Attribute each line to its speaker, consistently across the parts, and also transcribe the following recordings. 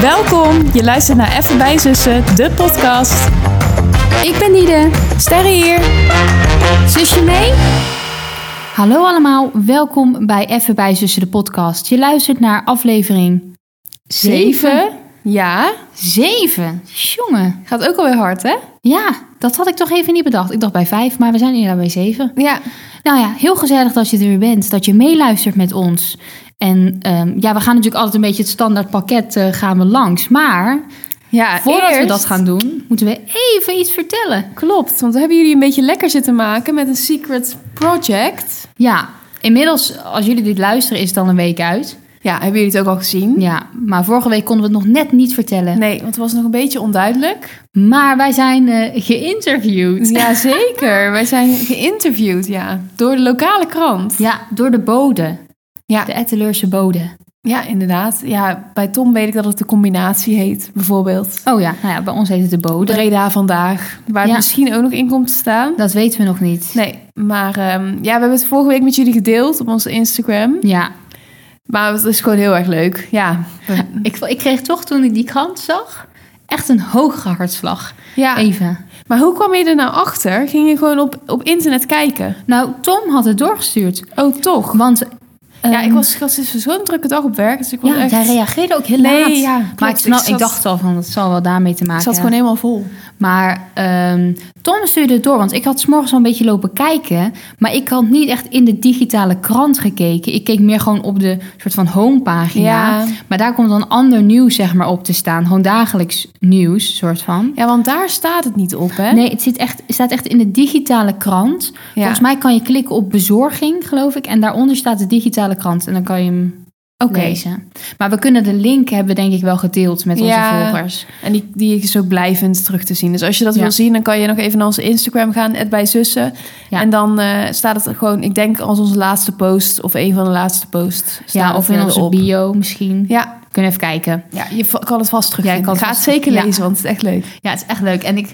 Speaker 1: Welkom, je luistert naar Even bij Zussen, de podcast.
Speaker 2: Ik ben Nide.
Speaker 1: Sterre hier.
Speaker 2: Zusje mee? Hallo allemaal, welkom bij Even bij Zussen de podcast. Je luistert naar aflevering
Speaker 1: Zeven. Ja,
Speaker 2: 7. Jongen.
Speaker 1: gaat ook alweer hard hè?
Speaker 2: Ja, dat had ik toch even niet bedacht. Ik dacht bij 5, maar we zijn inderdaad bij 7.
Speaker 1: Ja.
Speaker 2: Nou ja, heel gezellig dat je er weer bent, dat je meeluistert met ons. En ehm, ja, we gaan natuurlijk altijd een beetje het standaard pakket eh, gaan we langs. Maar
Speaker 1: ja
Speaker 2: voordat we
Speaker 1: eerst-
Speaker 2: dat gaan doen, moeten we even iets vertellen.
Speaker 1: Klopt, want we hebben jullie een beetje lekker zitten maken met een secret project.
Speaker 2: Ja, inmiddels, als jullie dit luisteren, is het dan een week uit.
Speaker 1: Ja, hebben jullie het ook al gezien?
Speaker 2: Ja, maar vorige week konden we het nog net niet vertellen.
Speaker 1: Nee, want het was nog een beetje onduidelijk.
Speaker 2: Maar wij zijn eh, geïnterviewd.
Speaker 1: Jazeker, wij zijn geïnterviewd, ja. Door de lokale krant.
Speaker 2: Ja, door de bode.
Speaker 1: Ja.
Speaker 2: De Etteleurse bode.
Speaker 1: Ja, inderdaad. Ja, bij Tom weet ik dat het de combinatie heet, bijvoorbeeld.
Speaker 2: Oh ja, nou ja, bij ons heet het de bode.
Speaker 1: Breda vandaag, waar het
Speaker 2: Ja.
Speaker 1: misschien ook nog in komt te staan.
Speaker 2: Dat weten we nog niet.
Speaker 1: Nee, maar ehm, ja, we hebben het vorige week met jullie gedeeld op onze Instagram.
Speaker 2: Ja,
Speaker 1: Maar het is gewoon heel erg leuk. Ja,
Speaker 2: ik, ik kreeg toch toen ik die krant zag echt een hoge hartslag.
Speaker 1: ja.
Speaker 2: Even.
Speaker 1: maar hoe kwam je er nou achter? Ging je gewoon op, op internet kijken?
Speaker 2: Nou, Tom had het doorgestuurd.
Speaker 1: Oh, toch?
Speaker 2: Want
Speaker 1: ja,
Speaker 2: ehm,
Speaker 1: ik was gisteren zo'n drukke dag op werk, dus ik was
Speaker 2: ja,
Speaker 1: echt...
Speaker 2: jij reageerde ook heel laat.
Speaker 1: nee, ja, klopt.
Speaker 2: maar ik, snap, ik,
Speaker 1: zat-
Speaker 2: dacht al van, dat zal wel daarmee te
Speaker 1: Ik
Speaker 2: maken
Speaker 1: zat
Speaker 2: hebben.
Speaker 1: gewoon helemaal vol.
Speaker 2: Maar ehm, Tom stuurde het door, want ik had s'morgens al een beetje lopen kijken. Maar ik had niet echt in de digitale krant gekeken. Ik keek meer gewoon op de soort van homepagina.
Speaker 1: Ja.
Speaker 2: Maar daar komt dan ander nieuws zeg maar op te staan. Gewoon dagelijks nieuws, soort van.
Speaker 1: ja, want daar staat het niet op, hè?
Speaker 2: Nee, het zit echt, het staat echt in de digitale krant. Volgens mij kan je klikken op bezorging, geloof ik. En daaronder staat de digitale krant. En dan kan je hem
Speaker 1: Oké.
Speaker 2: lezen. Maar we kunnen de link hebben, denk ik, wel gedeeld met onze
Speaker 1: Ja.
Speaker 2: volgers.
Speaker 1: En die, die is ook blijvend terug te zien. Dus als je dat
Speaker 2: Ja.
Speaker 1: wil zien, dan kan je nog even naar onze Instagram gaan, bij zussen.
Speaker 2: Ja.
Speaker 1: En dan eh, staat het gewoon, ik denk als onze laatste post of een van de laatste posts. staat
Speaker 2: Ja,
Speaker 1: het
Speaker 2: of in
Speaker 1: er
Speaker 2: onze
Speaker 1: op.
Speaker 2: bio misschien.
Speaker 1: Ja,
Speaker 2: Kunnen even kijken.
Speaker 1: ja, je va- kan het vast terugvinden.
Speaker 2: Ja, je kan het
Speaker 1: Ga het
Speaker 2: vast-
Speaker 1: zeker
Speaker 2: ja.
Speaker 1: lezen, want het is echt leuk.
Speaker 2: Ja, het is echt leuk. En ik,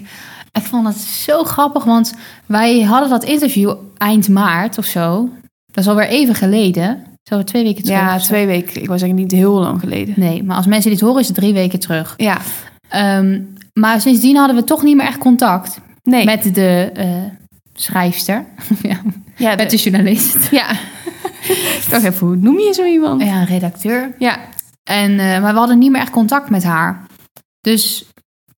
Speaker 2: ik vond het zo grappig, want wij hadden dat interview eind maart of zo. Dat is alweer even geleden. Zo twee weken terug.
Speaker 1: Ja,
Speaker 2: of zo.
Speaker 1: twee weken. Ik was eigenlijk niet heel lang geleden.
Speaker 2: Nee, maar als mensen dit horen is het drie weken terug.
Speaker 1: Ja,
Speaker 2: Ehm, maar sindsdien hadden we toch niet meer echt contact
Speaker 1: nee.
Speaker 2: met de eh, schrijfster. ja,
Speaker 1: ja,
Speaker 2: met
Speaker 1: de-
Speaker 2: de journalist.
Speaker 1: ja. Toch even, hoe noem je zo iemand?
Speaker 2: Ja, een redacteur.
Speaker 1: Ja,
Speaker 2: En, eh, maar we hadden niet meer echt contact met haar. Dus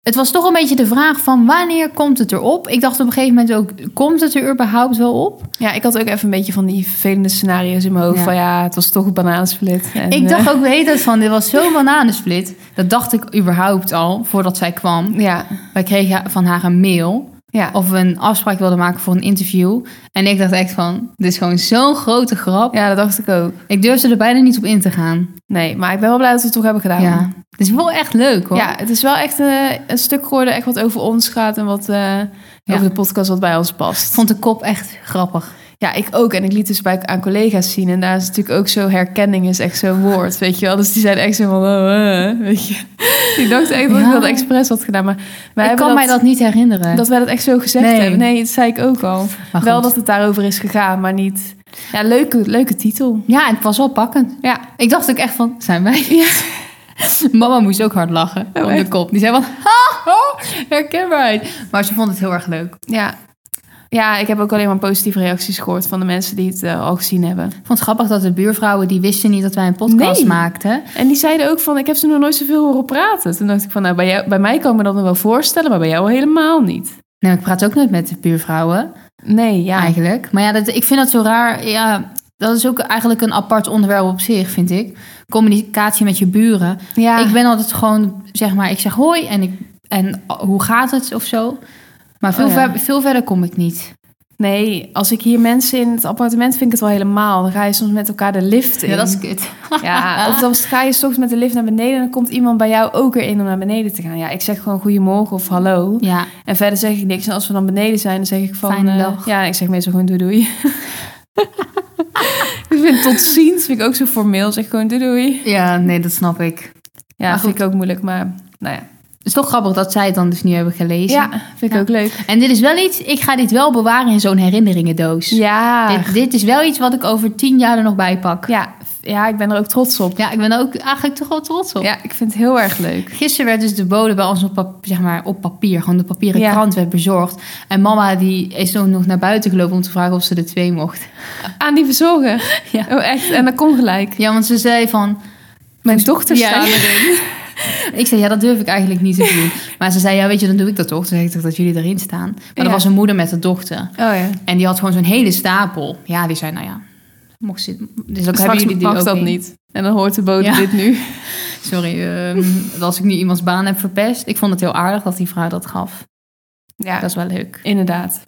Speaker 2: het was toch een beetje de vraag van wanneer komt het erop? Ik dacht op een gegeven moment ook, komt het er überhaupt wel op?
Speaker 1: ja, ik had ook even een beetje van die vervelende scenario's in mijn hoofd.
Speaker 2: Ja.
Speaker 1: Van ja, het was toch een banaansplit. En,
Speaker 2: Ik
Speaker 1: eh,
Speaker 2: dacht ook de hele tijd van, dit was zo'n bananensplit. Dat dacht ik überhaupt al, voordat zij kwam.
Speaker 1: eh, ja,
Speaker 2: Wij kregen van haar een mail
Speaker 1: ja.
Speaker 2: of we een afspraak wilden maken voor een interview. En ik dacht echt van, dit is gewoon zo'n grote grap.
Speaker 1: ja, dat dacht ik ook.
Speaker 2: Ik durfde er bijna niet op in te gaan.
Speaker 1: Nee, maar ik ben wel blij dat we het toch hebben
Speaker 2: Ja.
Speaker 1: gedaan.
Speaker 2: Het is wel echt leuk hoor.
Speaker 1: Ja, het is wel echt eh, een stuk geworden, echt wat over ons gaat en wat eh, over de podcast wat bij ons
Speaker 2: Ik
Speaker 1: past.
Speaker 2: vond de kop echt grappig.
Speaker 1: Ja, ik ook. En ik liet dus bij aan collega's zien. En daar is natuurlijk ook zo herkenning is echt zo'n woord, weet je wel. Dus die zijn echt zo van, oh, eh, weet je. Die dachten echt dat ik
Speaker 2: Ja.
Speaker 1: dat expres had gedaan. Maar wij
Speaker 2: ik
Speaker 1: hebben
Speaker 2: kan mij dat niet herinneren.
Speaker 1: dat wij dat echt zo gezegd
Speaker 2: Nee.
Speaker 1: hebben. Nee, dat zei ik ook al.
Speaker 2: Maar
Speaker 1: Wel
Speaker 2: goed.
Speaker 1: dat het daarover is gegaan, maar niet... Ja, leuke, leuke titel.
Speaker 2: Ja, en het was wel pakkend.
Speaker 1: Ja,
Speaker 2: Ik dacht ook echt van, zijn wij? Mama moest ook hard lachen
Speaker 1: Oh,
Speaker 2: om de
Speaker 1: echt?
Speaker 2: kop. Die zei van, ha, ha, herkenbaarheid. Maar ze vond het heel erg leuk.
Speaker 1: ja. Ja, ik heb ook alleen maar positieve reacties gehoord van de mensen die het eh, al gezien hebben.
Speaker 2: Ik vond het grappig dat de buurvrouwen, die wisten niet dat wij een podcast
Speaker 1: Nee.
Speaker 2: maakten.
Speaker 1: En die zeiden ook van, ik heb ze nog nooit zoveel horen praten. Toen dacht ik van, nou, bij, jou, bij mij kan ik me dat nog wel voorstellen, maar bij jou helemaal niet. Ah,
Speaker 2: Nee, ik praat ook nooit met de buurvrouwen,
Speaker 1: Nee, ja.
Speaker 2: eigenlijk. Maar ja, dat, ik vind dat zo raar. Ja, dat is ook eigenlijk een apart onderwerp op zich, vind ik. Communicatie met je buren.
Speaker 1: ja.
Speaker 2: Ik ben altijd gewoon, zeg maar, ik zeg hoi en, ik, en oh, hoe gaat het of zo. Maar veel,
Speaker 1: Oh, ja.
Speaker 2: ver- veel verder kom ik niet.
Speaker 1: Nee, als ik hier mensen in het appartement vind ik het wel helemaal. Dan ga je soms met elkaar de lift in.
Speaker 2: Ja, dat is kut.
Speaker 1: Ja, of dan ga je soms met de lift naar beneden en dan komt iemand bij jou ook weer in om naar beneden te gaan. Ja, ik zeg gewoon goedemorgen of hallo.
Speaker 2: Ja,
Speaker 1: En verder zeg ik niks. En als we dan beneden zijn, dan zeg ik van...
Speaker 2: Fijne
Speaker 1: eh,
Speaker 2: dag.
Speaker 1: ja, ik zeg meestal gewoon doei doei. ik vind tot ziens, vind ik ook zo formeel. Zeg gewoon doei doei.
Speaker 2: ja nee, dat snap ik.
Speaker 1: Ja,
Speaker 2: Maar
Speaker 1: vind ik ook moeilijk, maar nou ja.
Speaker 2: Het is toch grappig dat zij het dan dus nu hebben gelezen.
Speaker 1: Ja, vind ik
Speaker 2: Ja.
Speaker 1: ook leuk.
Speaker 2: En dit is wel iets, ik ga dit wel bewaren in zo'n herinneringendoos.
Speaker 1: Ja.
Speaker 2: Dit, dit is wel iets wat ik over tien jaar er nog bij pak.
Speaker 1: Ja, ja, ik ben er ook trots op.
Speaker 2: Ja, ik ben er ook eigenlijk toch wel trots op.
Speaker 1: Ja, ik vind het heel erg leuk.
Speaker 2: Gisteren werd dus de bode bij ons op, pap- zeg maar, op papier, gewoon de papieren
Speaker 1: Ja.
Speaker 2: krant werd bezorgd. En mama die is toen nog naar buiten gelopen om te vragen of ze de twee mocht.
Speaker 1: Aan die verzorger.
Speaker 2: Ja.
Speaker 1: Oh, echt. En dat kon gelijk.
Speaker 2: Ja, want ze zei van,
Speaker 1: Mijn dochter
Speaker 2: Ja.
Speaker 1: staat erin.
Speaker 2: Ik zei, ja, dat durf ik eigenlijk niet te doen. Maar ze zei, ja, weet je, dan doe ik dat toch. Toen zei ik toch dat jullie erin staan. Maar
Speaker 1: Ja.
Speaker 2: dat was een moeder met een dochter.
Speaker 1: Oh ja.
Speaker 2: En die had gewoon zo'n hele stapel. Ja, die zei, nou ja, mocht ze... Dus ook hebben
Speaker 1: Straks
Speaker 2: jullie die
Speaker 1: mag
Speaker 2: ook
Speaker 1: dat
Speaker 2: in.
Speaker 1: niet. En dan hoort de bode
Speaker 2: Ja.
Speaker 1: dit nu.
Speaker 2: Sorry, ehm, dat als ik nu iemands baan heb verpest. Ik vond het heel aardig dat die vrouw dat gaf.
Speaker 1: Ja,
Speaker 2: Dat is wel leuk.
Speaker 1: inderdaad.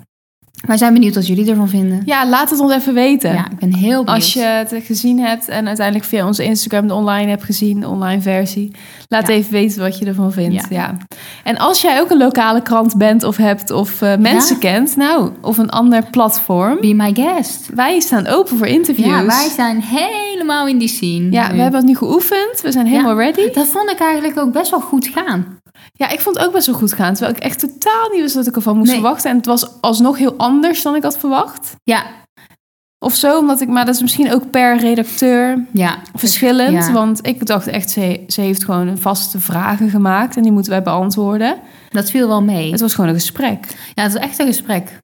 Speaker 2: Wij zijn benieuwd wat jullie ervan vinden.
Speaker 1: Ja, laat het ons even weten.
Speaker 2: Ja, ik ben heel benieuwd.
Speaker 1: Als je het gezien hebt en uiteindelijk via onze Instagram de online hebt gezien, de online versie. Laat
Speaker 2: Ja.
Speaker 1: even weten wat je ervan vindt.
Speaker 2: Ja.
Speaker 1: Ja. En als jij ook een lokale krant bent of hebt of eh, mensen
Speaker 2: Ja.
Speaker 1: kent, nou, of een ander platform.
Speaker 2: Be my guest.
Speaker 1: Wij staan open voor interviews.
Speaker 2: Ja, wij zijn helemaal in die scene.
Speaker 1: Ja,
Speaker 2: nu.
Speaker 1: we hebben het nu geoefend. We zijn helemaal ready.
Speaker 2: Dat vond ik eigenlijk ook best wel goed gaan.
Speaker 1: Ja, ik vond het ook best wel goed gaan. Terwijl ik echt totaal niet wist wat ik ervan moest
Speaker 2: Nee.
Speaker 1: verwachten. En het was alsnog heel anders dan ik had verwacht.
Speaker 2: Ja,
Speaker 1: Of zo, omdat ik... Maar dat is misschien ook per redacteur
Speaker 2: ja.
Speaker 1: verschillend.
Speaker 2: Ja.
Speaker 1: Want ik dacht echt, ze, ze heeft gewoon een vaste vragen gemaakt. En die moeten wij beantwoorden.
Speaker 2: dat viel wel mee.
Speaker 1: Het was gewoon een gesprek.
Speaker 2: Ja, het was echt een gesprek.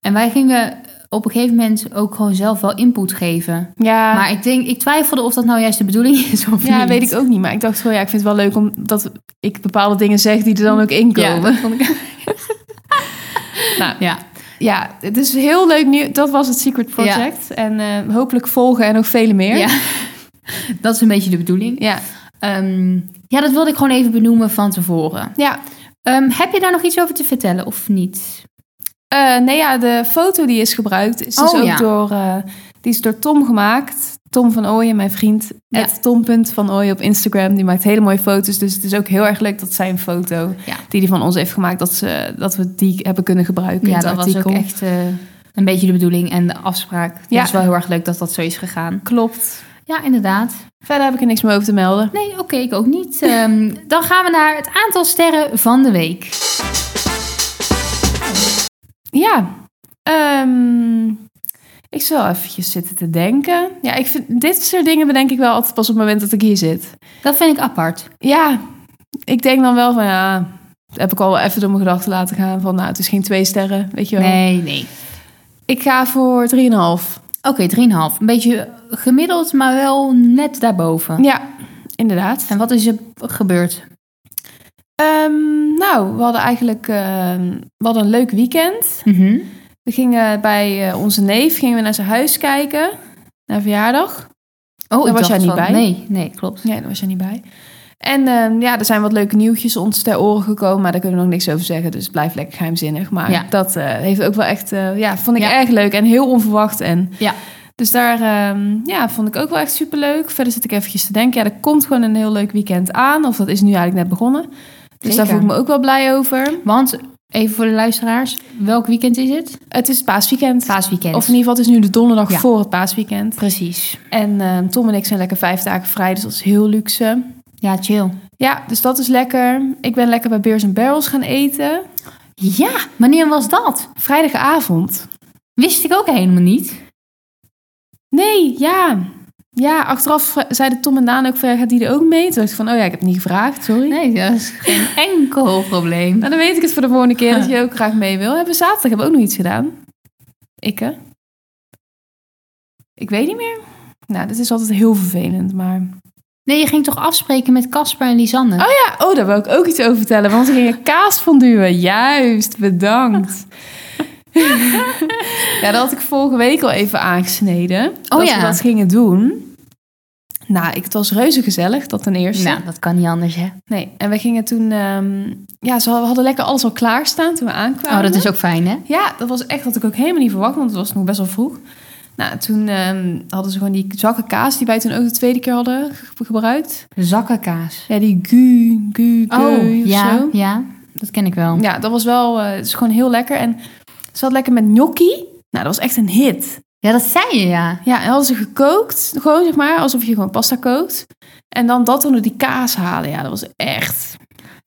Speaker 2: En wij gingen op een gegeven moment ook gewoon zelf wel input geven.
Speaker 1: Ja,
Speaker 2: Maar ik denk, ik twijfelde of dat nou juist de bedoeling is of
Speaker 1: ja
Speaker 2: niet.
Speaker 1: weet ik ook niet. Maar ik dacht gewoon, ja, ik vind het wel leuk omdat ik bepaalde dingen zeg die er dan ook in
Speaker 2: Ja,
Speaker 1: komen.
Speaker 2: dat vond ik...
Speaker 1: Nou,
Speaker 2: ja.
Speaker 1: Ja, het is heel leuk nieuw. Dat was het Secret Project. En eh, hopelijk volgen en nog vele meer.
Speaker 2: ja, dat is een beetje de bedoeling.
Speaker 1: ja.
Speaker 2: Ehm, ja, dat wilde ik gewoon even benoemen van tevoren.
Speaker 1: Ja.
Speaker 2: Ehm, heb je daar nog iets over te vertellen of niet?
Speaker 1: Eh, nee, ja, de foto die is gebruikt is dus
Speaker 2: Oh,
Speaker 1: ook
Speaker 2: ja.
Speaker 1: door, eh, die is door Tom gemaakt. Tom van Ooyen, mijn vriend.
Speaker 2: Ja.
Speaker 1: Het Tom.van Ooyen op Instagram. Die maakt hele mooie foto's. Dus het is ook heel erg leuk dat zijn foto,
Speaker 2: Ja.
Speaker 1: die hij van ons heeft gemaakt, dat, ze, dat we die hebben kunnen gebruiken in
Speaker 2: ja,
Speaker 1: het
Speaker 2: dat
Speaker 1: artikel.
Speaker 2: was ook echt eh, een beetje de bedoeling en de afspraak. Het
Speaker 1: Ja.
Speaker 2: is wel heel erg leuk dat dat zo is gegaan.
Speaker 1: Klopt.
Speaker 2: Ja, inderdaad.
Speaker 1: Verder heb ik er niks meer over te melden.
Speaker 2: Nee, oké, ik ook niet. Ehm, dan gaan we naar het aantal sterren van de week.
Speaker 1: Ja, ehm, ik zal eventjes zitten te denken. Ja, ik vind, dit soort dingen bedenk ik wel altijd pas op het moment dat ik hier zit.
Speaker 2: Dat vind ik apart.
Speaker 1: Ja, ik denk dan wel van ja, heb ik al wel even door mijn gedachten laten gaan van nou, het is geen twee sterren, weet je wel.
Speaker 2: Nee, nee.
Speaker 1: Ik ga voor 3,5.
Speaker 2: Oké, 3,5. Een beetje gemiddeld, maar wel net daarboven.
Speaker 1: Ja, inderdaad.
Speaker 2: En wat is er gebeurd?
Speaker 1: Ehm, nou, we hadden eigenlijk ehm, we hadden een leuk weekend.
Speaker 2: Mhm.
Speaker 1: We gingen bij eh, onze neef gingen we naar zijn huis kijken, naar verjaardag.
Speaker 2: Oh,
Speaker 1: Daar was jij niet bij?
Speaker 2: Nee, nee, klopt.
Speaker 1: Nee, daar was jij niet bij. En ehm, ja, er zijn wat leuke nieuwtjes ons ter oren gekomen, maar daar kunnen we nog niks over zeggen, dus het blijft lekker geheimzinnig. Maar
Speaker 2: Ja.
Speaker 1: dat eh, heeft ook wel echt, eh, ja, vond ik
Speaker 2: Ja.
Speaker 1: erg leuk en heel onverwacht. En,
Speaker 2: Ja.
Speaker 1: Dus daar ehm, ja, vond ik ook wel echt superleuk. Verder zit ik eventjes te denken, ja, er komt gewoon een heel leuk weekend aan, of dat is nu eigenlijk net begonnen. Dus daar voel
Speaker 2: Zeker.
Speaker 1: ik me ook wel blij over.
Speaker 2: Want, even voor de luisteraars, welk weekend is het?
Speaker 1: Het is het paasweekend.
Speaker 2: Paasweekend.
Speaker 1: Of in ieder geval, het is nu de donderdag
Speaker 2: Ja.
Speaker 1: voor het paasweekend.
Speaker 2: Precies.
Speaker 1: En ehm, Tom en ik zijn lekker vijf dagen vrij, dus dat is heel luxe.
Speaker 2: Ja, chill.
Speaker 1: Ja, dus dat is lekker. Ik ben lekker bij Beers Barrels gaan eten.
Speaker 2: Ja, wanneer was dat?
Speaker 1: Vrijdagavond.
Speaker 2: Wist ik ook helemaal niet.
Speaker 1: Nee, ja. Ja, achteraf vra- zeiden Tom en Daan ook van, ja, gaat die er ook mee? Toen dacht ik van, oh ja, ik heb het niet gevraagd, sorry.
Speaker 2: Nee, dat is geen enkel probleem.
Speaker 1: Nou, dan weet ik het voor de volgende keer dat je ook graag mee wil. Hebben we zaterdag hebben we ook nog iets gedaan. Ikke. Ik weet niet meer. Nou, dit is altijd heel vervelend, maar...
Speaker 2: Nee, je ging toch afspreken met Casper en Lisanne?
Speaker 1: Oh ja, oh, daar wil ik ook iets over vertellen. Want we gingen kaas fonduwen. Juist, bedankt. ja, dat had ik vorige week al even aangesneden.
Speaker 2: Oh
Speaker 1: dat
Speaker 2: ja.
Speaker 1: we dat gingen doen. Nou, ik, het was reuze gezellig, dat ten eerste.
Speaker 2: Nou, dat kan niet anders, hè?
Speaker 1: Nee, en we gingen toen... ehm, ja, ze hadden lekker alles al klaarstaan toen we aankwamen.
Speaker 2: Oh, dat is ook fijn, hè?
Speaker 1: Ja, dat was echt wat ik ook helemaal niet verwacht, want het was nog best wel vroeg. Nou, toen ehm, hadden ze gewoon die zakken kaas die wij toen ook de tweede keer hadden ge- gebruikt.
Speaker 2: Zakkenkaas.
Speaker 1: Ja, die gu, gu, gu of
Speaker 2: Oh, ja,
Speaker 1: zo.
Speaker 2: ja. Dat ken ik wel.
Speaker 1: Ja, dat was wel, eh, het is gewoon heel lekker. En ze had lekker met gnocchi. Nou, dat was echt een hit.
Speaker 2: Ja, dat zei je, ja.
Speaker 1: Ja, en hadden ze gekookt, gewoon zeg maar, alsof je gewoon pasta kookt. En dan dat onder die kaas halen. Ja, dat was echt,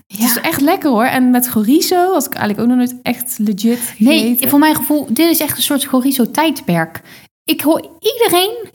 Speaker 2: ja.
Speaker 1: het is echt lekker hoor. En met chorizo had ik eigenlijk ook nog nooit echt legit gegeten.
Speaker 2: nee, voor mijn gevoel, dit is echt een soort chorizo-tijdperk. Ik hoor iedereen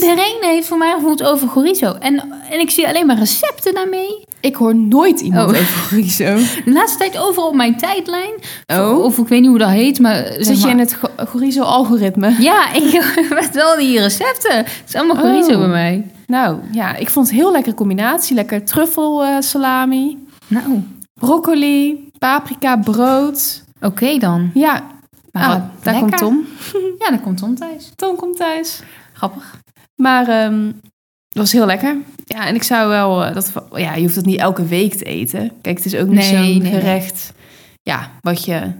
Speaker 2: Iedereen heeft voor mij gevoeld over chorizo. En, en ik zie alleen maar recepten daarmee.
Speaker 1: Ik hoor nooit iemand
Speaker 2: Oh.
Speaker 1: over chorizo.
Speaker 2: De laatste tijd overal op mijn tijdlijn.
Speaker 1: Oh.
Speaker 2: Of ik weet niet hoe dat heet, maar... zeg
Speaker 1: Zit je
Speaker 2: maar-
Speaker 1: in het cho- chorizo-algoritme?
Speaker 2: Ja, ik met wel die recepten. Het is allemaal chorizo
Speaker 1: Oh.
Speaker 2: bij mij.
Speaker 1: Nou, ja, ik vond het heel lekkere combinatie. Lekker truffel eh, salami,
Speaker 2: Nou,
Speaker 1: broccoli, paprika, brood.
Speaker 2: oké dan.
Speaker 1: Ja,
Speaker 2: Maar
Speaker 1: ah,
Speaker 2: wat
Speaker 1: daar
Speaker 2: lekker.
Speaker 1: komt Tom.
Speaker 2: Ja, dan komt Tom thuis.
Speaker 1: Tom komt thuis.
Speaker 2: Grappig.
Speaker 1: Maar ehm, het was heel lekker. Ja, en ik zou wel... eh, dat, ja, je hoeft het niet elke week te eten. Kijk, het is ook niet
Speaker 2: Nee,
Speaker 1: zo'n
Speaker 2: nee, nee.
Speaker 1: gerecht ja, wat je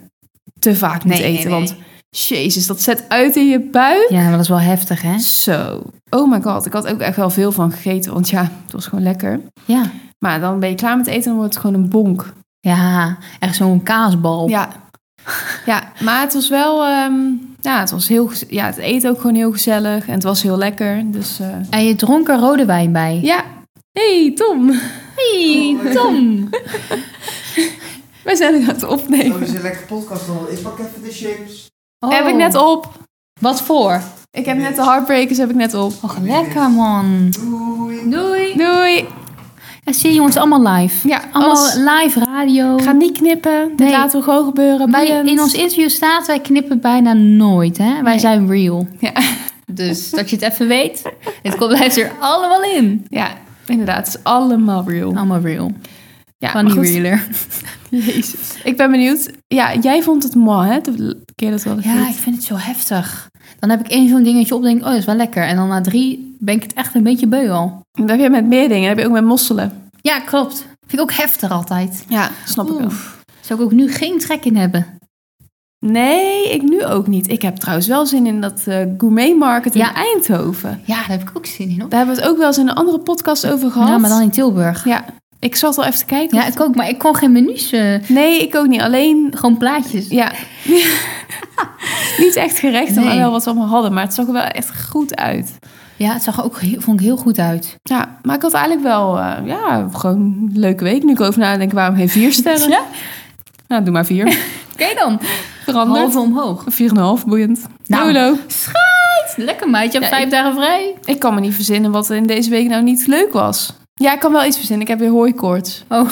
Speaker 1: te vaak moet
Speaker 2: Nee, nee,
Speaker 1: eten.
Speaker 2: nee.
Speaker 1: Want jezus, dat zet uit in je buik.
Speaker 2: Ja, maar dat is wel heftig, hè?
Speaker 1: Zo. Oh my god, ik had ook echt wel veel van gegeten. Want ja, het was gewoon lekker.
Speaker 2: Ja.
Speaker 1: Maar dan ben je klaar met eten en dan wordt het gewoon een bonk.
Speaker 2: Ja, echt zo'n kaasbal.
Speaker 1: Ja. Ja, maar het was wel... ehm, ja, het was heel... gez- Ja, het eten ook gewoon heel gezellig. En het was heel lekker. Dus eh,
Speaker 2: En je dronk er rode wijn bij.
Speaker 1: ja. Hey Tom,
Speaker 2: Hey, Tom.
Speaker 1: wij zijn aan het opnemen.
Speaker 3: Oh, dit is een lekker podcast dan. Ik pak even de chips.
Speaker 2: Oh.
Speaker 1: Heb ik net op.
Speaker 2: Wat voor?
Speaker 1: Ik heb net de heartbreakers heb ik net op.
Speaker 2: Och, lekker man.
Speaker 3: Doei.
Speaker 2: Doei.
Speaker 1: Doei.
Speaker 2: Ja, zie je jongens, allemaal live.
Speaker 1: Ja,
Speaker 2: Allemaal
Speaker 1: alles-
Speaker 2: live radio.
Speaker 1: Ga niet knippen. Dit
Speaker 2: Nee.
Speaker 1: laten we gewoon gebeuren.
Speaker 2: Wij,
Speaker 1: Boeiend.
Speaker 2: in ons interview staat, wij knippen bijna nooit. Hè? Wij zijn real.
Speaker 1: Ja.
Speaker 2: Dus dat je het even weet. Het komt, blijft er allemaal in.
Speaker 1: Ja, inderdaad. Het is allemaal real.
Speaker 2: Allemaal real.
Speaker 1: Ja,
Speaker 2: Van
Speaker 1: maar
Speaker 2: die
Speaker 1: goed.
Speaker 2: realer.
Speaker 1: Jezus. Ik ben benieuwd. Ja, jij vond het mooi, hè? De keer dat we hadden
Speaker 2: Ja, ik
Speaker 1: gegeten.
Speaker 2: vind het zo heftig. Dan heb ik één zo'n dingetje op, denk ik, oh, dat is wel lekker. En dan na drie ben ik het echt een beetje beu al.
Speaker 1: Dat heb je met meer dingen. Dat heb je ook met mosselen.
Speaker 2: Ja, klopt. Vind ik ook heftig altijd.
Speaker 1: Ja, snap ik wel.
Speaker 2: Zou ik ook nu geen trek in hebben.
Speaker 1: Nee, ik nu ook niet. Ik heb trouwens wel zin in dat eh gourmet market in
Speaker 2: Ja.
Speaker 1: Eindhoven.
Speaker 2: Ja, daar heb ik ook zin in. Hoor.
Speaker 1: Daar hebben we het ook wel eens in een andere podcast over gehad.
Speaker 2: Ja, maar dan in Tilburg.
Speaker 1: Ja, ik zat al even te kijken.
Speaker 2: Ja, ik ook. Maar ik kon geen menus, eh,
Speaker 1: Nee, ik ook niet. Alleen,
Speaker 2: gewoon plaatjes.
Speaker 1: ja. niet echt gerechten, maar
Speaker 2: Nee.
Speaker 1: wel wat we allemaal hadden. Maar het zag er wel echt goed uit.
Speaker 2: Ja, het zag er ook heel, vond ik heel goed uit.
Speaker 1: Ja, maar ik had eigenlijk wel, eh, ja, gewoon een leuke week. Nu ik erover nadenk, waarom geen vier sterren?
Speaker 2: Ja.
Speaker 1: Nou, doe maar vier.
Speaker 2: Oké dan.
Speaker 1: Veranderd.
Speaker 2: Halve omhoog.
Speaker 1: Vier en een half, boeiend.
Speaker 2: Nou.
Speaker 1: Jolo.
Speaker 2: Schijt! Lekker meid, je hebt
Speaker 1: Ja,
Speaker 2: vijf dagen vrij.
Speaker 1: Ik kan me niet verzinnen wat er in deze week nou niet leuk was. Ja, ik kan wel iets verzinnen. Ik heb weer hooikoorts.
Speaker 2: Oh,